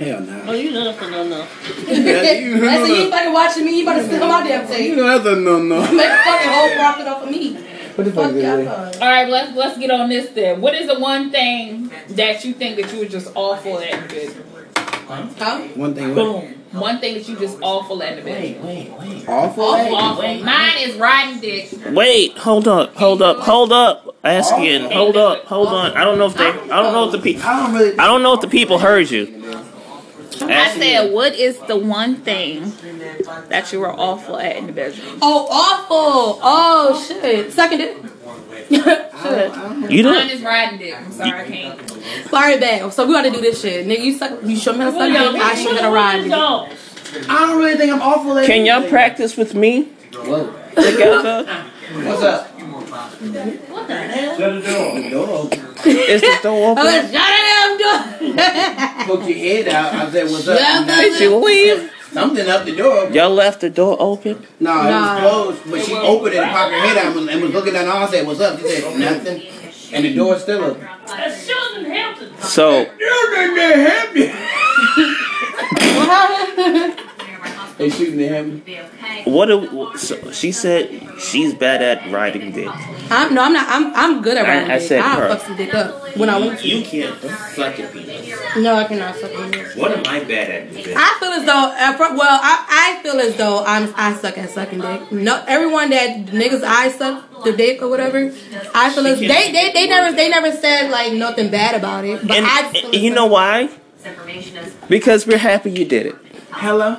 Speaker 5: Hell
Speaker 7: Oh,
Speaker 5: no.
Speaker 7: you know for no no.
Speaker 8: That's you ain't fucking watching me. You better sit on my damn tape.
Speaker 5: know that's a no no.
Speaker 8: Make a fucking whole profit off of me.
Speaker 4: What the fuck
Speaker 8: Fuck
Speaker 4: is
Speaker 8: y'all.
Speaker 4: it?
Speaker 8: thought.
Speaker 3: All right, let's let's get on this then. What is the one thing that you think that you were just awful at in the business?
Speaker 8: Huh?
Speaker 5: One thing. what-
Speaker 3: Boom. One thing that you just awful at in the business.
Speaker 5: wait, wait. Awful.
Speaker 2: Oh,
Speaker 3: Awful, awful. Mine is riding dick.
Speaker 1: Wait, hold up, hold up, hold up. Ask again. Hold up, hold on. I don't know if they. I don't know if the people.
Speaker 4: Ah,
Speaker 5: I don't really.
Speaker 1: I don't know if the people heard you.
Speaker 3: I
Speaker 1: Ask
Speaker 3: said, what is the one thing that you were awful at in the bedroom?
Speaker 8: Oh, awful. Oh, shit. Second it.
Speaker 4: Oh,
Speaker 8: shit.
Speaker 1: you
Speaker 3: Mine
Speaker 1: didn't.
Speaker 3: is riding dick. I'm sorry, I can't.
Speaker 8: Sorry, bad. So we gotta do this shit. Nigga, you suck. You show me how to suck dick. I show you how to ride. dick.
Speaker 5: I don't really think I'm awful. at
Speaker 1: Can y'all
Speaker 5: anything.
Speaker 1: practice with me
Speaker 5: Whoa.
Speaker 1: together?
Speaker 5: What's up? The door open.
Speaker 1: Is the door
Speaker 8: Oh,
Speaker 1: open?
Speaker 8: shut it up,
Speaker 5: Poked your head out. I said, "What's up?"
Speaker 8: Yeah,
Speaker 5: Nah,
Speaker 1: Did you leave?
Speaker 5: Something up the door. open.
Speaker 1: Y'all left the door open.
Speaker 5: No,
Speaker 8: Nah.
Speaker 5: it was closed, but she opened it and popped her head out and was- and was looking down. All I said, "What's up?" She said, "Nothing." And the door's still open.
Speaker 7: That's Sheldon Hampton.
Speaker 1: So
Speaker 5: You didn't get happy.
Speaker 8: dude.
Speaker 5: They shooting at him.
Speaker 1: what? Do, so she said she's bad at riding dick.
Speaker 8: I'm, no, I'm not. I'm, I'm good at
Speaker 1: I-
Speaker 8: riding
Speaker 1: I
Speaker 8: dick.
Speaker 1: said
Speaker 8: I'll
Speaker 1: her.
Speaker 8: fuck some dick up when I want to.
Speaker 9: You can't suck a penis.
Speaker 8: No, I cannot suck on dick.
Speaker 9: What am I bad at? with this?
Speaker 8: I feel as though, uh, fr- well, I, I feel as though I'm, I suck at sucking dick. No, everyone that niggas I suck the dick or whatever, I feel as they, they, they never, they never said like nothing bad about it. But I feel
Speaker 1: And
Speaker 8: as
Speaker 1: you
Speaker 8: though-
Speaker 1: know why? Because we're happy you did it.
Speaker 5: Hello.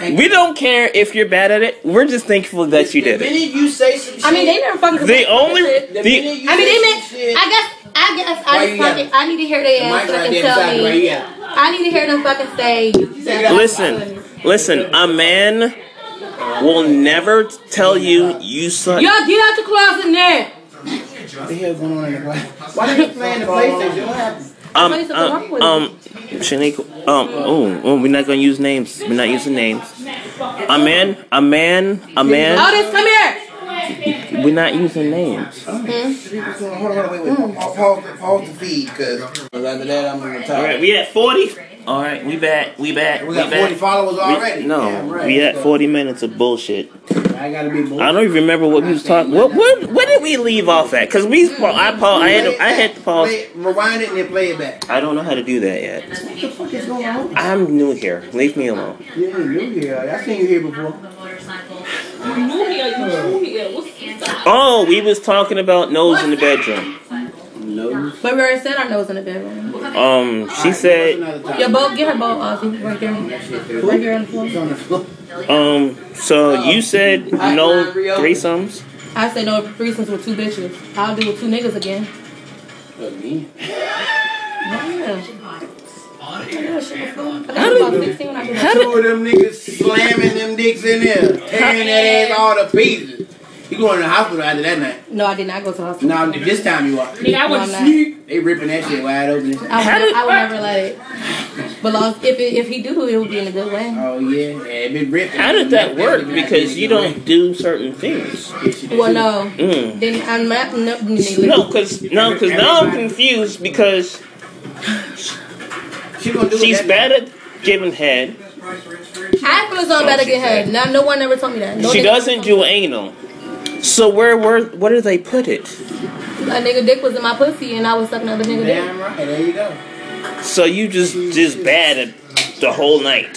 Speaker 1: We don't care if you're bad at it. We're just thankful that you did
Speaker 5: The
Speaker 1: it.
Speaker 5: minute you say some shit,
Speaker 8: I mean, they never fucking.
Speaker 1: The only
Speaker 5: the
Speaker 1: the
Speaker 5: minute you
Speaker 8: I mean,
Speaker 5: say
Speaker 8: they
Speaker 5: some
Speaker 8: meant.
Speaker 5: shit,
Speaker 8: I guess, I guess,
Speaker 5: Why
Speaker 8: I
Speaker 5: you
Speaker 8: just
Speaker 5: got
Speaker 8: fucking, I need to hear their
Speaker 5: the
Speaker 8: ass
Speaker 5: mic
Speaker 8: so
Speaker 5: right
Speaker 8: they can
Speaker 5: there
Speaker 8: tell
Speaker 5: beside you, right
Speaker 8: me.
Speaker 5: here.
Speaker 8: I need to hear them fucking say.
Speaker 1: listen, listen. A man will never tell you you suck.
Speaker 8: Yo, get out the closet now.
Speaker 5: What the hell going on in the class? Why they playing the PlayStation? What happened?
Speaker 1: Um,
Speaker 8: Somebody said the wrong
Speaker 1: um,
Speaker 8: word.
Speaker 1: um, Shaniqua, um, oh, oh, we're not gonna use names. We're not using names. A man, a man, a man.
Speaker 8: Otis, come here.
Speaker 1: We're not using names.
Speaker 5: Hold on, hold on, wait, wait.
Speaker 8: Mm.
Speaker 5: Pause, pause, pause the feed, cause 'cause after that I'm gonna retire.
Speaker 1: All right, we at forty. All right, we back. We back.
Speaker 5: We
Speaker 1: We
Speaker 5: got 40
Speaker 1: back.
Speaker 5: followers already.
Speaker 1: We, no,
Speaker 5: Damn right.
Speaker 1: we at forty minutes of bullshit.
Speaker 5: I gotta be bull-
Speaker 1: I don't even remember what we was talking. What what what did we leave off at? Cause we pa- I pa- I had to, I had to pause.
Speaker 5: Play, rewind it and then play it back.
Speaker 1: I don't know how to do that yet.
Speaker 5: What the fuck is going on?
Speaker 1: I'm new here. Leave me alone.
Speaker 5: You ain't new here. I seen you here before.
Speaker 7: You knew here, you knew here. What's the
Speaker 1: Oh, we was talking about nose in the bedroom.
Speaker 5: No.
Speaker 8: But we already said our nose in the bedroom.
Speaker 1: Um, she said.
Speaker 8: Your boat, get her boat, Ozzy. Right there. Right there on the floor.
Speaker 1: Um,
Speaker 5: Oh,
Speaker 1: so you said no threesomes.
Speaker 8: I said no threesomes with two bitches. I'll do with two niggas again. Yeah. How did
Speaker 5: Two of them niggas slamming them dicks in there, tearing that ass all to pieces. You going to the hospital after that night?
Speaker 8: No, I did not go to the hospital.
Speaker 5: No, this time you are.
Speaker 3: Nigga, I
Speaker 8: No, I'm
Speaker 3: went
Speaker 8: not.
Speaker 5: They ripping that shit wide
Speaker 8: I
Speaker 5: open.
Speaker 8: would, I would never let it. But long, if it, if he do, it would be in a good way.
Speaker 5: Oh yeah, yeah, it been ripped.
Speaker 1: How did that work? Because you don't do certain things.
Speaker 8: Well, no.
Speaker 1: Mm.
Speaker 8: Then I'm not. No, nigga.
Speaker 1: No, cause no, cause now I'm confused because
Speaker 5: She gonna do
Speaker 1: she's
Speaker 5: it that
Speaker 1: bad at giving head.
Speaker 8: I feel as though I'm about to get head. No, no one ever told me that. No
Speaker 1: She
Speaker 8: nigga-
Speaker 1: doesn't do anal. So where were where do they put it?
Speaker 8: A nigga dick was in my pussy and I was sucking other nigga
Speaker 5: night.
Speaker 8: dick.
Speaker 5: Damn right. There you go.
Speaker 1: So you just just bad at the whole night.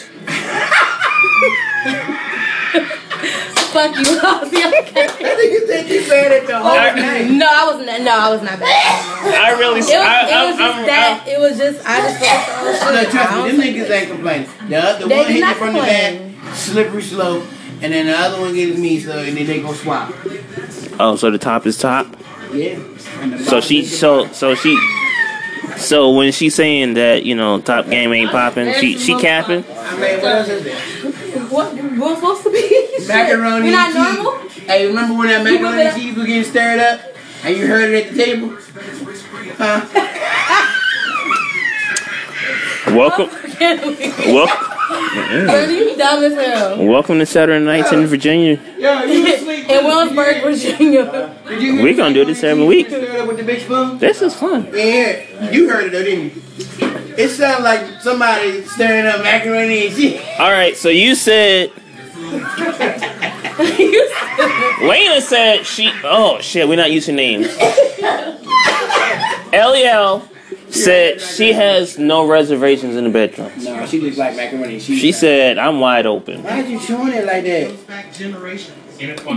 Speaker 8: Fuck you.
Speaker 5: I think you said you bad at the whole night.
Speaker 8: no, I was not. No, I was not bad.
Speaker 1: I really.
Speaker 8: It was,
Speaker 1: I,
Speaker 8: it was
Speaker 1: I,
Speaker 8: just that. it was just. I just felt so.
Speaker 5: Oh, no, trust me, them
Speaker 8: I
Speaker 5: niggas ain't complaining. The, other
Speaker 8: They do
Speaker 5: one hit you
Speaker 8: not
Speaker 5: from the
Speaker 8: complain.
Speaker 5: back, slippery slope, and then the other one gets me slow, and then they go swap.
Speaker 1: Oh, so the top is top.
Speaker 5: Yeah. And the
Speaker 1: So
Speaker 5: bottom
Speaker 1: she.
Speaker 5: is the
Speaker 1: So so she. So when she's saying that you know top game ain't popping, she she capping.
Speaker 5: I mean, what else is there?
Speaker 8: don't- what we're supposed to be?
Speaker 5: Macaroni
Speaker 8: We're not
Speaker 5: and cheese.
Speaker 8: normal.
Speaker 5: Hey, remember when that
Speaker 8: remember
Speaker 5: macaroni and
Speaker 8: that?
Speaker 5: cheese was getting stirred up, and you heard it at the table? Huh?
Speaker 1: Welcome, welcome,
Speaker 8: Girl, you dumb as hell.
Speaker 1: welcome to Saturday nights in Virginia.
Speaker 5: Yo, you asleep?
Speaker 8: In Williamsburg, Virginia.
Speaker 5: Did you hear
Speaker 1: We gonna do this every week.
Speaker 5: Stirred up with the big spoon.
Speaker 1: This is fun.
Speaker 5: Yeah, you heard it though, didn't you? It sounded like somebody stirring up macaroni and cheese.
Speaker 1: All right. So you said
Speaker 8: You stupid.
Speaker 1: Lena said she. Oh shit, we're not using names. Lel said she has no reservations in the bedroom.
Speaker 5: No, she looks like macaroni. and cheese.
Speaker 1: She said I'm wide open.
Speaker 5: Why'd you showing it like that?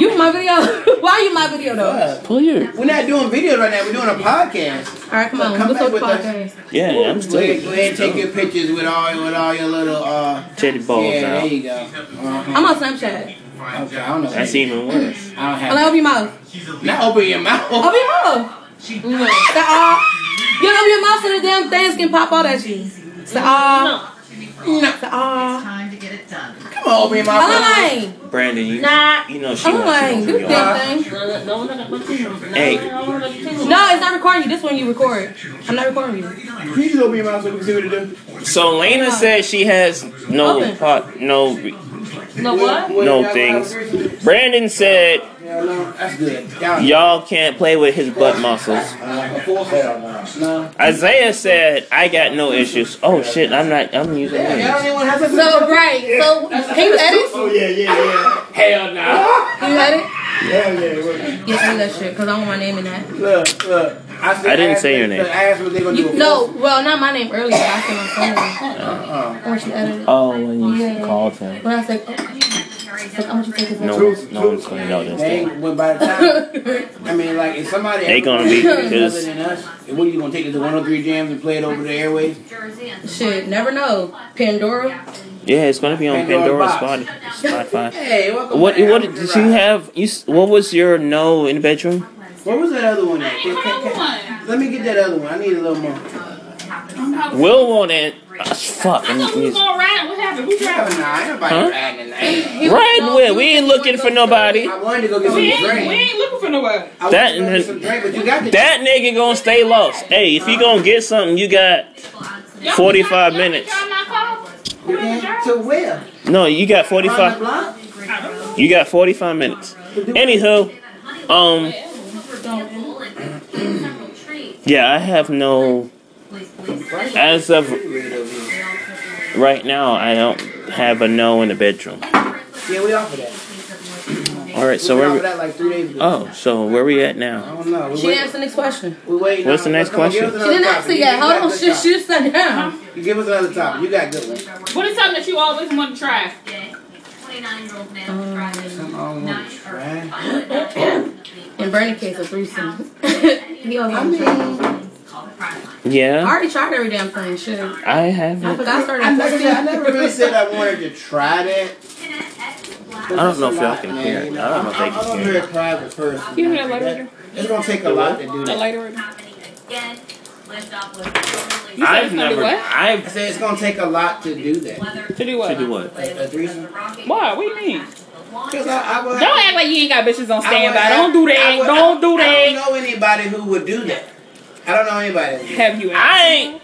Speaker 8: You my video. Why you my video though?
Speaker 1: Pull your.
Speaker 5: We're not doing videos right now. We're doing a podcast.
Speaker 8: All right, come on.
Speaker 5: Come
Speaker 8: Let's go
Speaker 5: back
Speaker 8: to
Speaker 5: with us.
Speaker 8: podcast.
Speaker 1: Yeah, I'm
Speaker 5: Go ahead,
Speaker 1: still
Speaker 5: go ahead and take your pictures with all with all your little uh.
Speaker 1: titty balls
Speaker 5: yeah, there
Speaker 1: out.
Speaker 5: you go. Uh-huh.
Speaker 8: I'm on Snapchat.
Speaker 5: Okay, I don't know.
Speaker 1: That's even worse.
Speaker 5: I don't
Speaker 8: Hello,
Speaker 5: have.
Speaker 8: open your mouth.
Speaker 5: Now open your mouth.
Speaker 8: Open your mouth. Say ah. You open your mouth so the damn things can pop out at you. Say ah. Say ah.
Speaker 6: Time to get it done.
Speaker 5: Come on, open your mouth.
Speaker 8: Align.
Speaker 1: Brandon, you,
Speaker 7: Nah.
Speaker 1: you know she wants
Speaker 8: Align.
Speaker 1: you
Speaker 8: Do
Speaker 1: to
Speaker 8: the
Speaker 1: be on.
Speaker 8: damn thing.
Speaker 7: No, no, don't look at my titties.
Speaker 1: Hey.
Speaker 7: No, don't look at my titties.
Speaker 8: No, it's not recording you. This one you record. I'm not recording you.
Speaker 5: Can you just open your mouth so we can see what it do?
Speaker 1: So Lena said she has no
Speaker 8: Open.
Speaker 1: pot, no.
Speaker 7: No what?
Speaker 1: No things. Brandon said
Speaker 5: Yeah, no, that's good. Y'all,
Speaker 1: y'all can't play with his butt muscles.
Speaker 5: uh, a full set. No.
Speaker 1: Isaiah said I got no issues. Oh shit, I'm not. I'm using
Speaker 5: Yeah, y'all
Speaker 1: names.
Speaker 5: don't even want to have sex with each
Speaker 8: So
Speaker 5: other.
Speaker 8: right. So can you edit?
Speaker 4: Oh yeah, yeah, yeah.
Speaker 5: Hell no.
Speaker 8: Can you edit?
Speaker 4: Hell yeah. What?
Speaker 8: Yeah, do that shit, cause I want my name in that.
Speaker 5: Look, look. I, said,
Speaker 1: I didn't
Speaker 5: asked
Speaker 1: say your
Speaker 5: them-
Speaker 1: name.
Speaker 5: I asked what they gonna do. a full
Speaker 8: No, well, not my name earlier. but I said my phone name.
Speaker 5: Uh-uh.
Speaker 8: I want you to edit it.
Speaker 1: Oh, when
Speaker 8: Yeah, yeah.
Speaker 1: you called him.
Speaker 8: When I said, oh, like, I want you to take this
Speaker 1: No, one's- no one's gonna know this.
Speaker 5: They,
Speaker 1: Thing.
Speaker 5: but by the time, I mean, like, if somebody
Speaker 1: They gonna be-
Speaker 5: other
Speaker 1: because-
Speaker 5: than us, what are you gonna take it to 103 jams and play it over the airways?
Speaker 8: Shit, never know. Pandora.
Speaker 1: Yeah, it's gonna be on Pandora,
Speaker 5: Pandora box.
Speaker 1: Spotify. Spotify.
Speaker 5: Hey, welcome
Speaker 1: What?
Speaker 5: back.
Speaker 1: What did you have? You? s- What was your no in the bedroom?
Speaker 5: What was that other one? At? Can- can-
Speaker 3: Come
Speaker 5: can-
Speaker 3: on.
Speaker 5: Let me get that other one. I need a little more.
Speaker 1: Will want it. Ah, fuck.
Speaker 3: I thought we was all riding. What happened? Who
Speaker 5: Nah,
Speaker 3: driving?
Speaker 5: ain't nobody
Speaker 1: Huh?
Speaker 5: riding tonight.
Speaker 1: Right, Will. We ain't looking for nobody.
Speaker 5: I wanted to go get
Speaker 3: We
Speaker 5: some
Speaker 3: ain't, we
Speaker 5: drink.
Speaker 3: ain't looking for nobody.
Speaker 5: I
Speaker 1: That-
Speaker 5: wanted to go get some drink, but you got the
Speaker 1: That nigga gonna stay lost. Hey, if you gonna get something, you got
Speaker 3: Y'all
Speaker 1: 45
Speaker 3: can drive-
Speaker 1: minutes.
Speaker 3: Y'all can drive my car.
Speaker 5: You can't- To where?
Speaker 1: no. You got forty
Speaker 5: Around the
Speaker 1: five.
Speaker 5: block?
Speaker 1: You got forty five minutes. Anywho, um, yeah, I have no. As of right now, I don't have a no in the bedroom.
Speaker 5: Yeah, we offered that.
Speaker 1: All right, so
Speaker 5: we
Speaker 1: where?
Speaker 5: offered
Speaker 1: We,
Speaker 5: that like three days ago.
Speaker 1: oh, so where we at
Speaker 5: I
Speaker 1: now?
Speaker 5: don't know. We
Speaker 8: She didn't
Speaker 5: wait,
Speaker 8: ask the next question.
Speaker 5: we wait,
Speaker 1: What's the next
Speaker 5: Come on, give
Speaker 1: question?
Speaker 5: us
Speaker 8: She
Speaker 5: another
Speaker 8: didn't
Speaker 5: topic.
Speaker 8: answer
Speaker 5: You
Speaker 8: yet.
Speaker 5: give
Speaker 8: Hold
Speaker 5: us
Speaker 8: on,
Speaker 5: another
Speaker 8: she
Speaker 5: topic.
Speaker 8: she just sat down.
Speaker 5: You give us another topic. You got good one.
Speaker 3: What is something that you always want to try?
Speaker 5: Something I don't want to try.
Speaker 8: In Bernie's case, a threesome. he always
Speaker 5: I mean,
Speaker 8: I
Speaker 1: Yeah,
Speaker 8: already tried every damn thing. Shit, I
Speaker 1: I haven't.
Speaker 8: forgot I
Speaker 5: I, like I, said, I
Speaker 8: started.
Speaker 5: never really said I wanted to try that.
Speaker 1: I don't know if y'all can hear it. I don't know if they
Speaker 5: I'm,
Speaker 1: can
Speaker 5: I'm a
Speaker 1: hear it.
Speaker 5: very private person.
Speaker 3: You hear that lighter?
Speaker 5: It's gonna take a lot to do
Speaker 3: The
Speaker 5: that.
Speaker 3: lighter. You said
Speaker 1: I've
Speaker 3: it's gonna be
Speaker 1: never.
Speaker 3: what?
Speaker 5: I
Speaker 1: I've
Speaker 5: said it's gonna take a lot to do that.
Speaker 3: To do what?
Speaker 1: to do what?
Speaker 5: A threesome.
Speaker 3: Why? What do you mean?
Speaker 5: Because I, I would
Speaker 3: Don't act like you ain't got bitches on
Speaker 5: I would-
Speaker 3: standby. Don't do that.
Speaker 5: I would-
Speaker 3: don't do
Speaker 5: I don't
Speaker 3: that.
Speaker 5: know anybody who would do that. I don't know anybody.
Speaker 3: Have you?
Speaker 1: I ain't.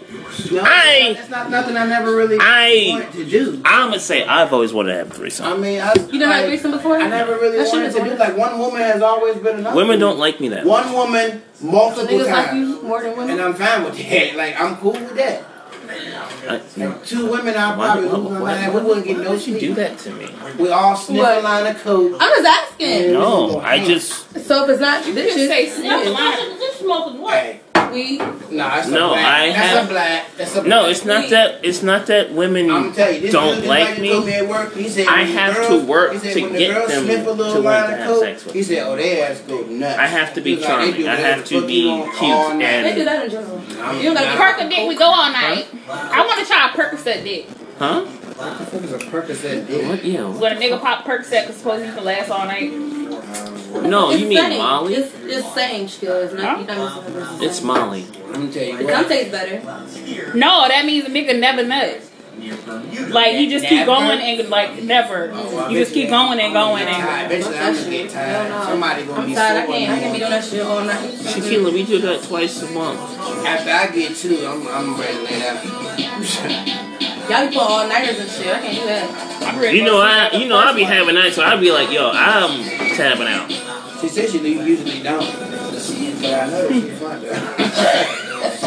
Speaker 5: No,
Speaker 1: I-
Speaker 5: that's not nothing I never really
Speaker 1: I-
Speaker 5: wanted to do.
Speaker 1: I'ma say I've always wanted to have a threesome.
Speaker 5: I mean, I,
Speaker 8: You done had a
Speaker 5: like,
Speaker 8: threesome before?
Speaker 5: I never really
Speaker 8: That shit
Speaker 5: wanted
Speaker 8: is
Speaker 5: to do
Speaker 8: weird.
Speaker 5: like one woman has always been enough.
Speaker 1: Women don't like me that.
Speaker 5: One woman
Speaker 8: So
Speaker 5: multiple
Speaker 8: niggas like
Speaker 5: times,
Speaker 8: you more than women.
Speaker 5: and I'm fine with that. Like I'm cool with that.
Speaker 1: I-
Speaker 5: Like, two women, I
Speaker 1: Why,
Speaker 5: probably
Speaker 1: why,
Speaker 5: lose my
Speaker 1: why-
Speaker 5: mind. We wouldn't get
Speaker 1: why
Speaker 5: no
Speaker 1: would you
Speaker 5: sleep.
Speaker 1: do that to me?
Speaker 5: We all sniff a
Speaker 8: What?
Speaker 5: line of coke.
Speaker 8: I'm just asking.
Speaker 1: No, I just
Speaker 8: So if it's not this
Speaker 3: Just say
Speaker 8: shit,
Speaker 3: sniff a lot.
Speaker 7: Just smoking what?
Speaker 5: Hey,
Speaker 8: we
Speaker 5: nah, that's a
Speaker 1: No,
Speaker 5: black.
Speaker 1: I
Speaker 5: that's
Speaker 1: have-
Speaker 5: a black. That's a
Speaker 1: no.
Speaker 5: black.
Speaker 1: It's not that. It's not that women
Speaker 5: I'm gonna tell you, this dude,
Speaker 1: don't
Speaker 5: this
Speaker 1: like
Speaker 5: lady told
Speaker 1: me.
Speaker 5: at work, he said,
Speaker 1: I
Speaker 5: when the
Speaker 1: have to
Speaker 5: girls-
Speaker 1: work
Speaker 5: he said,
Speaker 1: to
Speaker 5: when the
Speaker 1: get
Speaker 5: girls
Speaker 1: them
Speaker 5: sniff a
Speaker 1: to
Speaker 5: little
Speaker 1: want
Speaker 5: line
Speaker 1: to
Speaker 5: of
Speaker 1: have
Speaker 5: coke,
Speaker 1: sex with
Speaker 5: He said, "Oh, they ass go nuts."
Speaker 1: I have to
Speaker 5: He
Speaker 1: be
Speaker 5: was like, they
Speaker 1: charming.
Speaker 5: do
Speaker 1: I
Speaker 5: whatever
Speaker 1: have
Speaker 5: the
Speaker 1: to
Speaker 5: fuck
Speaker 1: be
Speaker 5: you want all
Speaker 1: cute
Speaker 5: night.
Speaker 8: they do
Speaker 1: and
Speaker 8: that in general.
Speaker 5: I'm
Speaker 8: You don't got
Speaker 5: not-
Speaker 8: to perk
Speaker 3: Perk a dick. We go all night. I want to try a Percocet dick.
Speaker 1: huh?
Speaker 5: What the fuck is a Percocet dick?
Speaker 1: What? Yeah. what-
Speaker 3: When a nigga pop Percocet, because supposedly you can last all night.
Speaker 1: No, Oh, you mean
Speaker 8: setting.
Speaker 1: Molly?
Speaker 8: It's, it's saying still. It's not. You don't use it.
Speaker 1: It's Molly.
Speaker 5: I'm gonna tell you
Speaker 8: The cum
Speaker 5: what.
Speaker 8: tastes better.
Speaker 3: No, that means a nigga never nuts. Like you just keep going and like never. You just keep going and going and.
Speaker 5: Eventually, I'm gonna get tired. Somebody gonna
Speaker 8: I'm
Speaker 5: be
Speaker 8: tired. I
Speaker 5: sore
Speaker 8: can't. I
Speaker 5: in
Speaker 8: can't
Speaker 5: the
Speaker 8: be doing that shit all night.
Speaker 1: Shaquilla, we do that twice a month.
Speaker 5: morning. After I get two, I'm I'm ready to lay down.
Speaker 8: Y'all be put all nighters and shit. I can't do that.
Speaker 1: You know I, you know I be having nights, so I be like, yo, I'm tapping out.
Speaker 5: She said she leave- usually don't, but I know she's fun. though.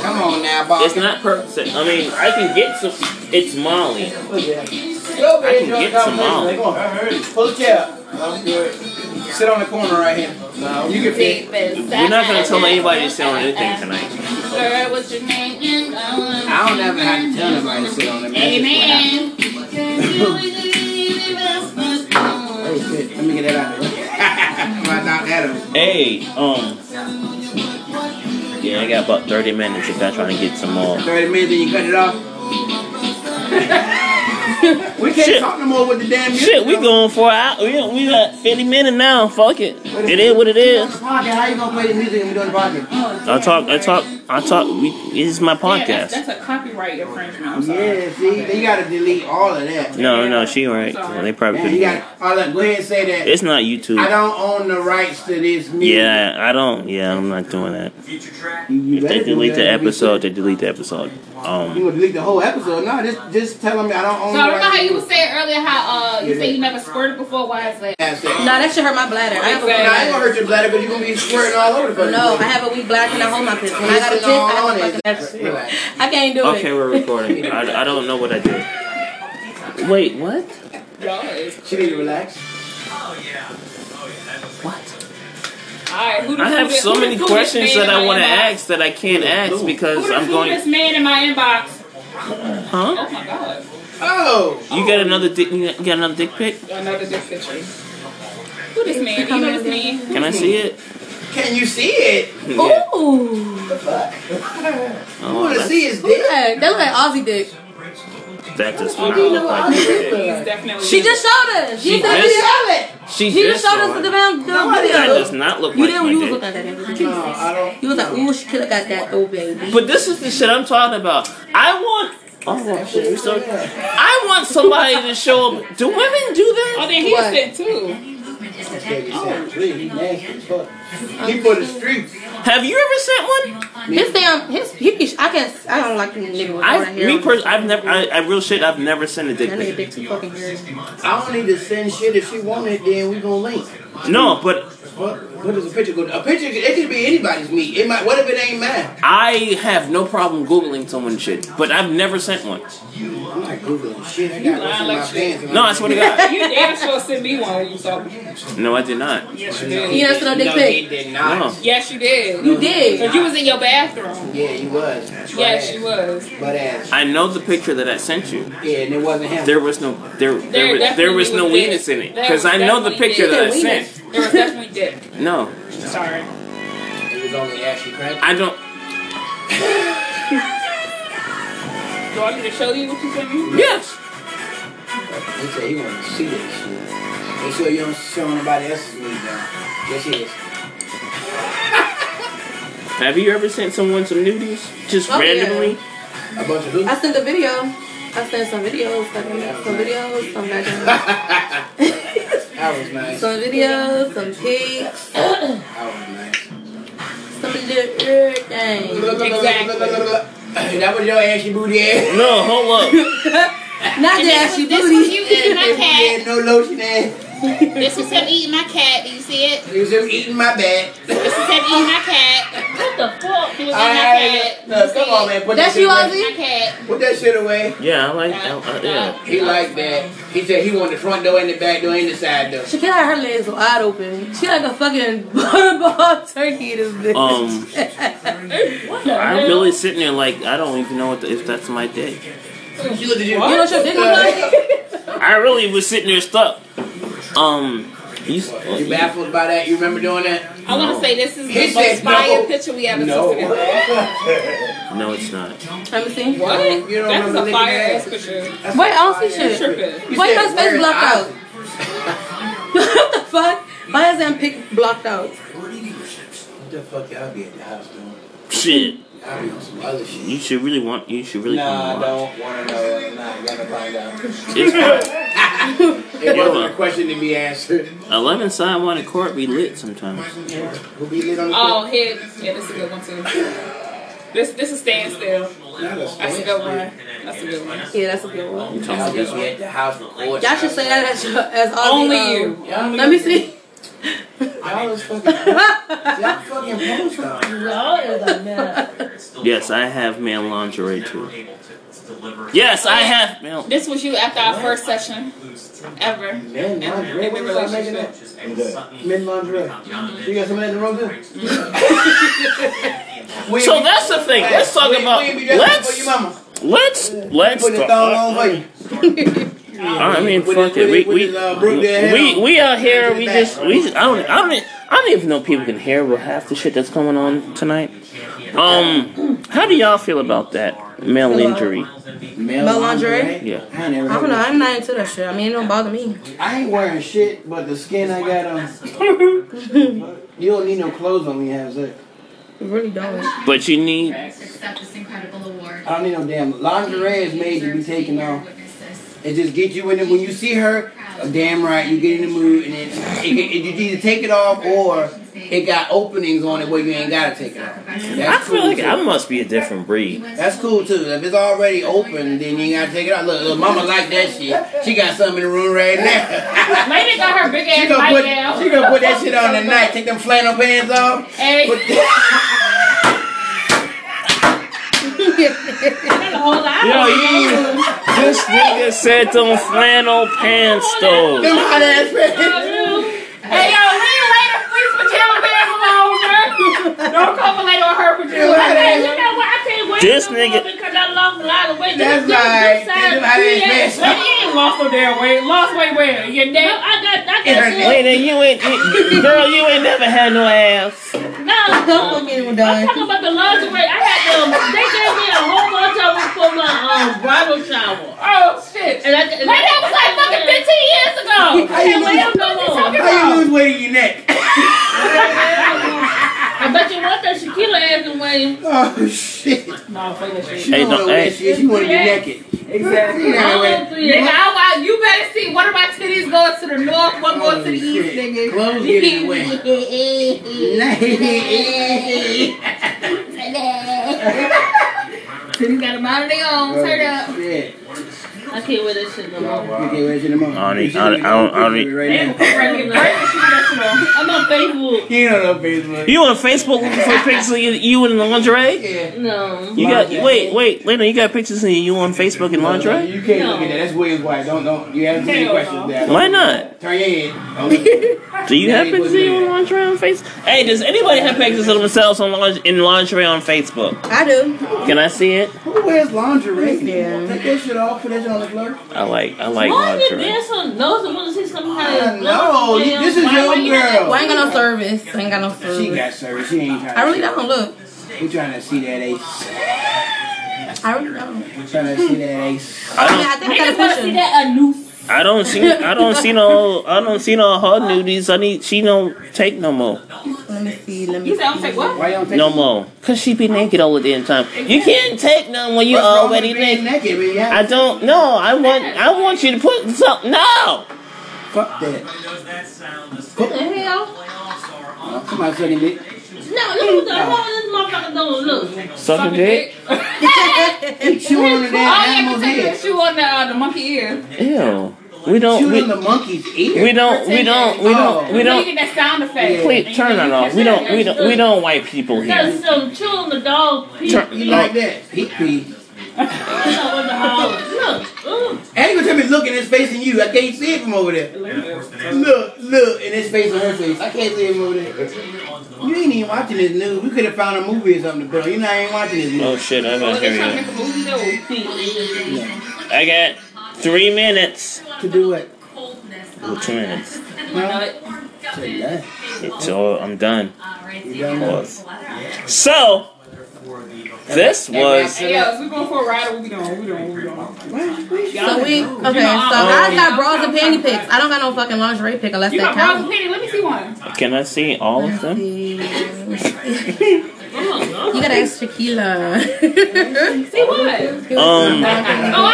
Speaker 5: Come on now, boss.
Speaker 1: It's not perfect. I mean, I can get some. It's Molly.
Speaker 5: I
Speaker 1: I can get some Molly.
Speaker 5: Pull the chair. up. I'm good. Sit on the corner right here. No, you can fit.
Speaker 1: We're not gonna tell anybody to sit on anything tonight.
Speaker 3: Girl, what's your name? And, um,
Speaker 5: I don't ever have to tell nobody to sit on the mattress.
Speaker 3: Amen.
Speaker 5: Oh shit, let me get that out of here. Might knock that over.
Speaker 1: Hey, um. Yeah, I got about 30 minutes if I'm trying to get some more.
Speaker 5: 30 minutes and you cut it off. we can't
Speaker 1: Shit.
Speaker 5: talk no more with the damn music.
Speaker 1: Shit, we going for an hour. We, we got 50 minutes now. Fuck it. It is what it is.
Speaker 5: Podcast, how you gonna play the music when we doing the podcast?
Speaker 1: I talk, I talk, I talk. We, it's my
Speaker 3: Yeah,
Speaker 1: podcast.
Speaker 3: that's, that's a copyright infringement. I'm sorry.
Speaker 5: Yeah, see, they gotta delete all of that.
Speaker 1: No, no, she right. They probably
Speaker 5: Man,
Speaker 1: couldn't.
Speaker 5: you
Speaker 1: hear.
Speaker 5: got all that. Go ahead and say that.
Speaker 1: It's not
Speaker 5: I
Speaker 1: YouTube.
Speaker 5: don't own the rights to this music.
Speaker 1: Yeah, I don't. Yeah, I'm not doing that.
Speaker 5: you
Speaker 1: If
Speaker 5: better
Speaker 1: they
Speaker 5: do
Speaker 1: delete the
Speaker 5: that. You be-
Speaker 1: episode, they delete the episode.
Speaker 5: You
Speaker 1: Um,
Speaker 5: gonna delete the whole episode? No, just just tell them I don't own.
Speaker 3: So
Speaker 5: the
Speaker 3: remember
Speaker 5: rights
Speaker 3: how
Speaker 5: to
Speaker 3: you were
Speaker 5: this.
Speaker 3: saying earlier how uh you said you never squirted before? Why is that?
Speaker 5: That's it.
Speaker 8: Nah, that shit hurt my bladder. I have a
Speaker 5: Nah,
Speaker 8: weak
Speaker 5: I ain't
Speaker 8: bladder.
Speaker 5: gonna hurt your bladder because you're gonna be squirting all over the place.
Speaker 8: No, I have a weak bladder when I hold my piss. When I
Speaker 5: It's
Speaker 8: got a piss,
Speaker 5: all
Speaker 8: I have
Speaker 5: on
Speaker 8: to
Speaker 5: it.
Speaker 8: fucking have shit. I can't do
Speaker 1: okay,
Speaker 8: it.
Speaker 1: we're recording. I, I don't know what I did. Wait, what?
Speaker 5: She need to relax.
Speaker 3: All right, who the-
Speaker 1: I have
Speaker 3: who the-
Speaker 1: so
Speaker 3: who the-
Speaker 1: many
Speaker 3: who the
Speaker 1: questions
Speaker 3: man
Speaker 1: that I
Speaker 3: in my
Speaker 1: want to
Speaker 3: inbox?
Speaker 1: ask that I can't ask because
Speaker 3: Who the
Speaker 1: I'm going.
Speaker 3: coolest man in my inbox?
Speaker 1: Huh?
Speaker 3: Oh my god!
Speaker 5: Oh,
Speaker 1: You got another dick? You got another dick pic?
Speaker 3: Another good picture. Who this man? You know this man?
Speaker 1: Can I see it?
Speaker 5: can you see it?
Speaker 1: Yeah.
Speaker 8: Ooh,
Speaker 5: You
Speaker 1: Oh,
Speaker 5: wanna
Speaker 1: that's-
Speaker 5: see his
Speaker 8: who's
Speaker 5: dick?
Speaker 8: that? That look like Aussie dick.
Speaker 1: that just would not look like a dick.
Speaker 3: He's definitely.
Speaker 8: She just showed us. She,
Speaker 1: She
Speaker 8: said
Speaker 1: just-
Speaker 8: she-
Speaker 1: She
Speaker 8: she just
Speaker 1: just
Speaker 8: showed
Speaker 1: saw
Speaker 8: us the
Speaker 1: it.
Speaker 8: damn the
Speaker 1: That
Speaker 8: video.
Speaker 1: does not look
Speaker 8: You
Speaker 1: like
Speaker 8: didn't. You was
Speaker 1: my
Speaker 8: looking
Speaker 1: dick.
Speaker 8: at that. damn
Speaker 5: No,
Speaker 8: video.
Speaker 5: I don't.
Speaker 8: You was like, ooh, she could have got that old baby.
Speaker 1: But this is the shit I'm talking about. I want. Oh shit! we So I want somebody to show up. Do women do
Speaker 3: Oh,
Speaker 1: that?
Speaker 3: then he
Speaker 8: What?
Speaker 3: said too.
Speaker 5: Check this out. Really, he nasty as fuck. He for the streets.
Speaker 1: Have you ever sent one?
Speaker 8: His damn, his, he, can- I can't, I don't like the nigga with
Speaker 1: I,
Speaker 8: that hair.
Speaker 1: me pers- I've never. I, I real shit. I've never sent a dick
Speaker 8: That nigga
Speaker 1: pic.
Speaker 8: dick too fucking hairy.
Speaker 5: I don't need to send shit if she want it. Then we gonna link.
Speaker 1: No, but
Speaker 5: What? What is a picture? Good. A picture. It could be anybody's meat. It might. What if it ain't mine?
Speaker 1: I have no problem googling someone shit. But I've never sent one.
Speaker 5: I'm not googling shit. I got what's in my pants.
Speaker 1: No, I swear to God.
Speaker 3: You damn sure sent me one when you saw me.
Speaker 1: No, I did not.
Speaker 3: Yes, you
Speaker 8: You
Speaker 3: did.
Speaker 8: never seen no dick
Speaker 5: No,
Speaker 8: pic.
Speaker 5: he did
Speaker 1: No.
Speaker 5: not.
Speaker 3: Yes, you did.
Speaker 8: You did.
Speaker 3: Cause you was in your bathroom.
Speaker 5: Yeah, he was.
Speaker 3: Yes, you was.
Speaker 5: But ass.
Speaker 1: I know the picture that I sent you.
Speaker 5: Yeah, and it wasn't him.
Speaker 1: There was no there
Speaker 3: There
Speaker 1: there, was, there was
Speaker 3: definitely
Speaker 1: no
Speaker 3: was
Speaker 1: weenus
Speaker 3: dick.
Speaker 1: in it
Speaker 3: There
Speaker 1: because
Speaker 3: was
Speaker 1: I know the
Speaker 3: definitely
Speaker 1: picture that I
Speaker 8: dick. Yeah,
Speaker 1: sent.
Speaker 3: There was definitely dick.
Speaker 1: No,
Speaker 3: Sorry.
Speaker 5: It was only Ashley Crank.
Speaker 1: I don't.
Speaker 3: Do I need to show you what you sent me?
Speaker 1: Yes,
Speaker 5: He said he wanted to see that shit. Make sure you don't show anybody else's meat now. Yes, yes.
Speaker 1: have you ever sent someone some nudies just
Speaker 8: Oh, yeah.
Speaker 1: randomly?
Speaker 5: A bunch of who?
Speaker 8: I sent a video. I sent some videos, some, some videos, some vaginas.
Speaker 5: That was nice.
Speaker 8: Some videos, some pics,
Speaker 5: That was nice.
Speaker 8: somebody did everything.
Speaker 5: That was your ashy booty
Speaker 3: Oh,
Speaker 5: ass.
Speaker 1: No, hold up.
Speaker 8: Not just your booty.
Speaker 3: my
Speaker 5: You had no lotion ass.
Speaker 3: This was him eating my cat. Do you see it?
Speaker 5: It was him eating my bed.
Speaker 3: This is him eating my cat.
Speaker 7: What the fuck?
Speaker 3: He was eating
Speaker 5: Alright, no, come on, man. Put
Speaker 8: That's
Speaker 5: that shit
Speaker 8: you,
Speaker 5: away.
Speaker 8: Ozzy?
Speaker 3: cat.
Speaker 5: Put that shit away.
Speaker 1: Yeah, I like. I, I, yeah.
Speaker 5: He liked that. He said he wanted the front door and the back door and the side door.
Speaker 8: She got her legs wide open. She like a fucking butterball turkey. This bitch.
Speaker 1: Um,
Speaker 7: What the
Speaker 1: I'm
Speaker 7: hell?
Speaker 1: really sitting there like I don't even know what the, if that's my dick.
Speaker 3: Hmm.
Speaker 5: You look at your-
Speaker 8: you know what your dick look like?
Speaker 1: I really was sitting there stuck. Um, you, s-
Speaker 5: You baffled by that? You remember doing that?
Speaker 3: I want to say this is
Speaker 5: He
Speaker 3: the most
Speaker 5: said
Speaker 3: fire
Speaker 5: no.
Speaker 3: picture we ever
Speaker 5: No.
Speaker 3: took together.
Speaker 1: no, it's not.
Speaker 8: Let me see. Wait,
Speaker 3: What?
Speaker 5: You don't
Speaker 3: That's
Speaker 5: remember
Speaker 3: a
Speaker 5: licking
Speaker 3: fire
Speaker 5: that?
Speaker 3: ass picture.
Speaker 8: I don't see shit.
Speaker 3: Tripping.
Speaker 5: You
Speaker 8: Why
Speaker 5: said,
Speaker 8: your
Speaker 5: "Where
Speaker 8: face
Speaker 5: is
Speaker 8: blocked out?
Speaker 5: Ozzy?"
Speaker 8: what the fuck? Why is that pic blocked out?
Speaker 5: What the fuck y'all be at the house doing?
Speaker 1: Shit,
Speaker 5: Y'all be on some other shit.
Speaker 1: you should really want. You should really.
Speaker 5: Nah, I
Speaker 1: come watch.
Speaker 5: don't want to know. I'm not gonna find out.
Speaker 1: It's fine.
Speaker 5: It wasn't
Speaker 1: Yeah.
Speaker 5: a question to be answered.
Speaker 1: Eleven side one in court be lit sometimes.
Speaker 5: Who be lit on the
Speaker 3: Oh, here. Yeah, this is a good one too. This this is standstill. That's a good one. That's a good one.
Speaker 8: Yeah, that's a good one.
Speaker 1: You talking about this one?
Speaker 5: at the house recording.
Speaker 8: Y'all should say that as, your, as Ozzy,
Speaker 3: Only
Speaker 8: um,
Speaker 3: you.
Speaker 5: Y'all
Speaker 8: Let me see.
Speaker 5: Y'all is fucking. y'all fucking post
Speaker 7: Y'all is a mess.
Speaker 1: Yes, I have man lingerie too.
Speaker 9: able to deliver
Speaker 1: Yes, I have milk.
Speaker 3: This was you after our first session ever.
Speaker 5: Men lingerie. What was I making up? Men lingerie. You got some of that in the room too?
Speaker 1: So that's the thing. Let's talk about. Let's let's let's.
Speaker 5: Put the
Speaker 1: talk-
Speaker 5: thong on for you.
Speaker 1: I mean,
Speaker 5: With
Speaker 1: fuck
Speaker 5: his-
Speaker 1: it. We
Speaker 5: with
Speaker 1: we
Speaker 5: his, uh, brook down.
Speaker 1: we we out here. We
Speaker 5: Back.
Speaker 1: just we. I don't I don't e- I don't even know people can hear what half the shit that's going on tonight. Um, how do y'all feel about that male injury?
Speaker 5: Male
Speaker 8: lingerie?
Speaker 1: Yeah.
Speaker 5: I never
Speaker 8: I don't know. I'm not into that shit. I mean, it don't bother me.
Speaker 5: I ain't wearing shit but the skin I got on. you don't need no clothes on me to have sex.
Speaker 8: It really don't.
Speaker 1: But you need
Speaker 6: Accept this incredible award.
Speaker 5: I don't need no damn lingerie is made to be taken off. It just gets you in it when you see her. uh, Damn right, you get in the mood and it, it, it, you either take it off or it got openings on it where you ain't gotta take it off.
Speaker 1: I
Speaker 5: That's
Speaker 1: feel like
Speaker 5: too.
Speaker 1: I must be a different breed.
Speaker 5: That's cool too. If it's already open, then you ain't gotta take it out. Look, look, mama like that shit. She got something in the room right now.
Speaker 3: Lady got her big
Speaker 5: she
Speaker 3: ass
Speaker 5: gonna put
Speaker 3: bike out.
Speaker 5: she gonna put that shit on tonight. Take them flannel pants off.
Speaker 3: Hey,
Speaker 5: Put
Speaker 3: hold on. I
Speaker 1: Yo,
Speaker 3: don't
Speaker 1: you, this nigga said them flannel pants though.
Speaker 5: them hot ass pants.
Speaker 3: Hey yo, leave later, please pajama pants alone, girl. Don't come and lay on her pajama.
Speaker 5: Them hot
Speaker 7: Hey,
Speaker 5: ass-
Speaker 7: you know what? I can't wait
Speaker 1: This
Speaker 7: no
Speaker 1: nigga-
Speaker 7: more because I lost a lot of weight.
Speaker 5: That's
Speaker 7: This- this-
Speaker 5: right.
Speaker 7: this side,
Speaker 5: Them hot
Speaker 7: you
Speaker 5: ass
Speaker 7: ain't-
Speaker 5: mess.
Speaker 3: Lady you ain't lost no damn weight. Lost weight where? Your
Speaker 7: No,
Speaker 3: damn.
Speaker 7: I got, I
Speaker 5: It hurt.
Speaker 7: got
Speaker 1: Wait, then you ain't, you- girl, you ain't never had no ass.
Speaker 7: No,
Speaker 8: Don't look at me,
Speaker 7: I'm
Speaker 8: dog.
Speaker 7: talking about the lingerie. I had them. They gave me a whole bunch of them for my um, bridal shower.
Speaker 3: Oh shit.
Speaker 7: And I and
Speaker 3: Lady, that was like fucking 15 years ago.
Speaker 5: How you
Speaker 7: Hey,
Speaker 5: lose,
Speaker 7: wait, no more.
Speaker 5: how you lose weight in your neck?
Speaker 7: I bet you want that Shaquilla ass and Wayne.
Speaker 5: Oh shit.
Speaker 3: No, fuck that shit.
Speaker 5: You
Speaker 1: Hey,
Speaker 5: don't
Speaker 1: no,
Speaker 5: wanna wear
Speaker 1: hey.
Speaker 5: shit. You wanna get naked.
Speaker 3: Exactly.
Speaker 5: You
Speaker 7: All
Speaker 5: know
Speaker 7: them
Speaker 5: what?
Speaker 7: three of
Speaker 3: Nigga,
Speaker 7: them.
Speaker 3: I, I, you better see one of my titties going to the north, one going to the east, nigga.
Speaker 5: Clothes get in the way.
Speaker 3: Titties got a mind of their own. Turn up.
Speaker 5: Shit.
Speaker 7: I can't wear that shit no more.
Speaker 5: You can't wear shit no more.
Speaker 1: I don't need-
Speaker 5: You should
Speaker 1: I don't-
Speaker 5: be
Speaker 1: I don't- I don't
Speaker 5: doing
Speaker 1: need-
Speaker 5: it right now.
Speaker 7: I'm on Facebook.
Speaker 5: You don't know Facebook.
Speaker 1: You on Facebook looking for pictures of you- you in lingerie?
Speaker 5: Yeah.
Speaker 7: No.
Speaker 1: You got wait, wait, Lena, you got pictures of you on Facebook in lingerie?
Speaker 5: You can't
Speaker 7: No.
Speaker 5: look at that. That's William's wife. Don't don't. You have too many
Speaker 3: Hell
Speaker 5: questions
Speaker 3: no.
Speaker 5: there.
Speaker 1: Why not?
Speaker 5: Turn your head. Don't look.
Speaker 1: Do you
Speaker 5: Yeah,
Speaker 1: have
Speaker 5: it
Speaker 1: pictures of
Speaker 5: wasn't
Speaker 1: you in
Speaker 5: there.
Speaker 1: lingerie on Facebook? Hey, does anybody have pictures of themselves on lingerie, in lingerie on Facebook?
Speaker 8: I do.
Speaker 1: Can I see it?
Speaker 5: Who wears lingerie?
Speaker 8: Yeah.
Speaker 5: Take that shit off. Put that shit on the floor.
Speaker 1: I like I like
Speaker 7: Why you
Speaker 1: lingerie.
Speaker 7: dance on nose and want to see some kind of
Speaker 5: No, you- this is your girl.
Speaker 8: Well, I ain't got no service. I ain't got no
Speaker 5: She
Speaker 8: service.
Speaker 5: got service. She ain't trying.
Speaker 8: I really don't look.
Speaker 5: We trying to see that ace.
Speaker 8: I really don't.
Speaker 5: We trying to see that ace.
Speaker 1: I
Speaker 8: I mean,
Speaker 1: don't
Speaker 8: I think I got a
Speaker 3: wanna see
Speaker 8: question.
Speaker 3: that a noose.
Speaker 1: I don't see I don't see no I don't see no hard nudies. I need she don't take no more.
Speaker 8: Let me see. Let me
Speaker 3: You said I'm
Speaker 8: see.
Speaker 3: like, what?
Speaker 5: Why you don't take
Speaker 1: No more. Cause she be naked all the damn time. You can't take none when you
Speaker 5: What's wrong with
Speaker 1: already
Speaker 5: being
Speaker 1: naked.
Speaker 5: naked? man?
Speaker 1: I
Speaker 5: Yeah.
Speaker 1: don't no, I want I want you to put something no
Speaker 5: Fuck that.
Speaker 7: What the hell?
Speaker 5: Oh, somebody sucking dick.
Speaker 7: No, look at the hell this motherfucker don't look.
Speaker 1: Suck a dick.
Speaker 5: He chewing on the
Speaker 3: Oh,
Speaker 5: damn
Speaker 3: yeah,
Speaker 5: animal's
Speaker 3: continue to
Speaker 5: head.
Speaker 3: chew on the, uh, the monkey ear.
Speaker 1: Ew. We don't
Speaker 5: Chewing on the
Speaker 1: we,
Speaker 5: monkey's Oh, ear.
Speaker 1: we don't we don't we don't we
Speaker 3: You know you
Speaker 1: don't
Speaker 3: get that sound effect.
Speaker 1: please turn it off. We don't we don't we don't white people
Speaker 7: Got
Speaker 1: here.
Speaker 7: some chew on the dog pee.
Speaker 1: Turn-
Speaker 5: You like that? He pee.
Speaker 7: Look, look.
Speaker 5: And you gonna tell me look in his face and you. I can't see it from over there. Look, look in his face and her face. I can't see him over there. You ain't even watching this news. We could have found a movie or something to put on. You know I ain't watching this
Speaker 1: Oh
Speaker 5: news.
Speaker 1: shit, I'm
Speaker 3: Well,
Speaker 1: not
Speaker 3: they
Speaker 1: hearing
Speaker 3: trying to
Speaker 1: you.
Speaker 3: make a movie,
Speaker 1: I
Speaker 3: though.
Speaker 1: got three minutes.
Speaker 5: To do what?
Speaker 1: Well, two minutes.
Speaker 5: No. Say that.
Speaker 1: It's all I'm done.
Speaker 6: uh,
Speaker 5: You don't know.
Speaker 1: Pause. So this was
Speaker 3: Hey, yo, if we going for a ride, what we doing? What we doing? What we doing?
Speaker 8: So we okay. So I got bras and panty pics. I don't got no fucking lingerie pic unless
Speaker 3: You
Speaker 8: that
Speaker 3: got bras and
Speaker 8: counts.
Speaker 3: panties? Let me see one.
Speaker 1: can I see all of them?
Speaker 8: You gotta ask uh, Shaquila.
Speaker 3: See what?
Speaker 1: Um
Speaker 3: Oh, I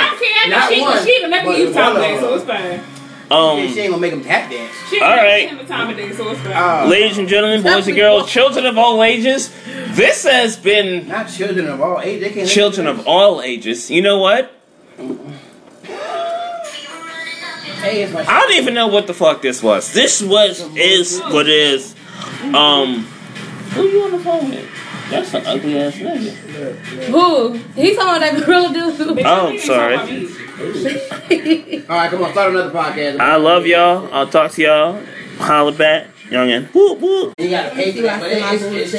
Speaker 3: don't care.
Speaker 5: Not
Speaker 3: She,
Speaker 5: one,
Speaker 3: she even making
Speaker 5: but
Speaker 3: you time
Speaker 5: one
Speaker 3: of
Speaker 5: of
Speaker 3: day, so
Speaker 5: them.
Speaker 3: it's fine.
Speaker 5: Yeah,
Speaker 1: um
Speaker 5: she ain't gonna make him tap dance.
Speaker 3: She
Speaker 1: All
Speaker 3: even
Speaker 1: right.
Speaker 3: making him time of day, so it's fine.
Speaker 5: Uh,
Speaker 1: Ladies and gentlemen, boys and girls, children of all ages, this has been
Speaker 5: not children of all age. They can't.
Speaker 1: children of all ages. You know what?
Speaker 5: Hey, it's my
Speaker 1: I don't even know what the fuck this was. This was is what is. Um, who you on the phone with? That's an ugly ass nigga.
Speaker 8: Who? He talking about that gorilla dude.
Speaker 1: Oh, sorry.
Speaker 5: All right, come on, start another podcast.
Speaker 1: I love y'all. I'll talk to y'all. Holla back, youngin. Whoop whoop.
Speaker 5: you gotta pay for that, but it- it's, it's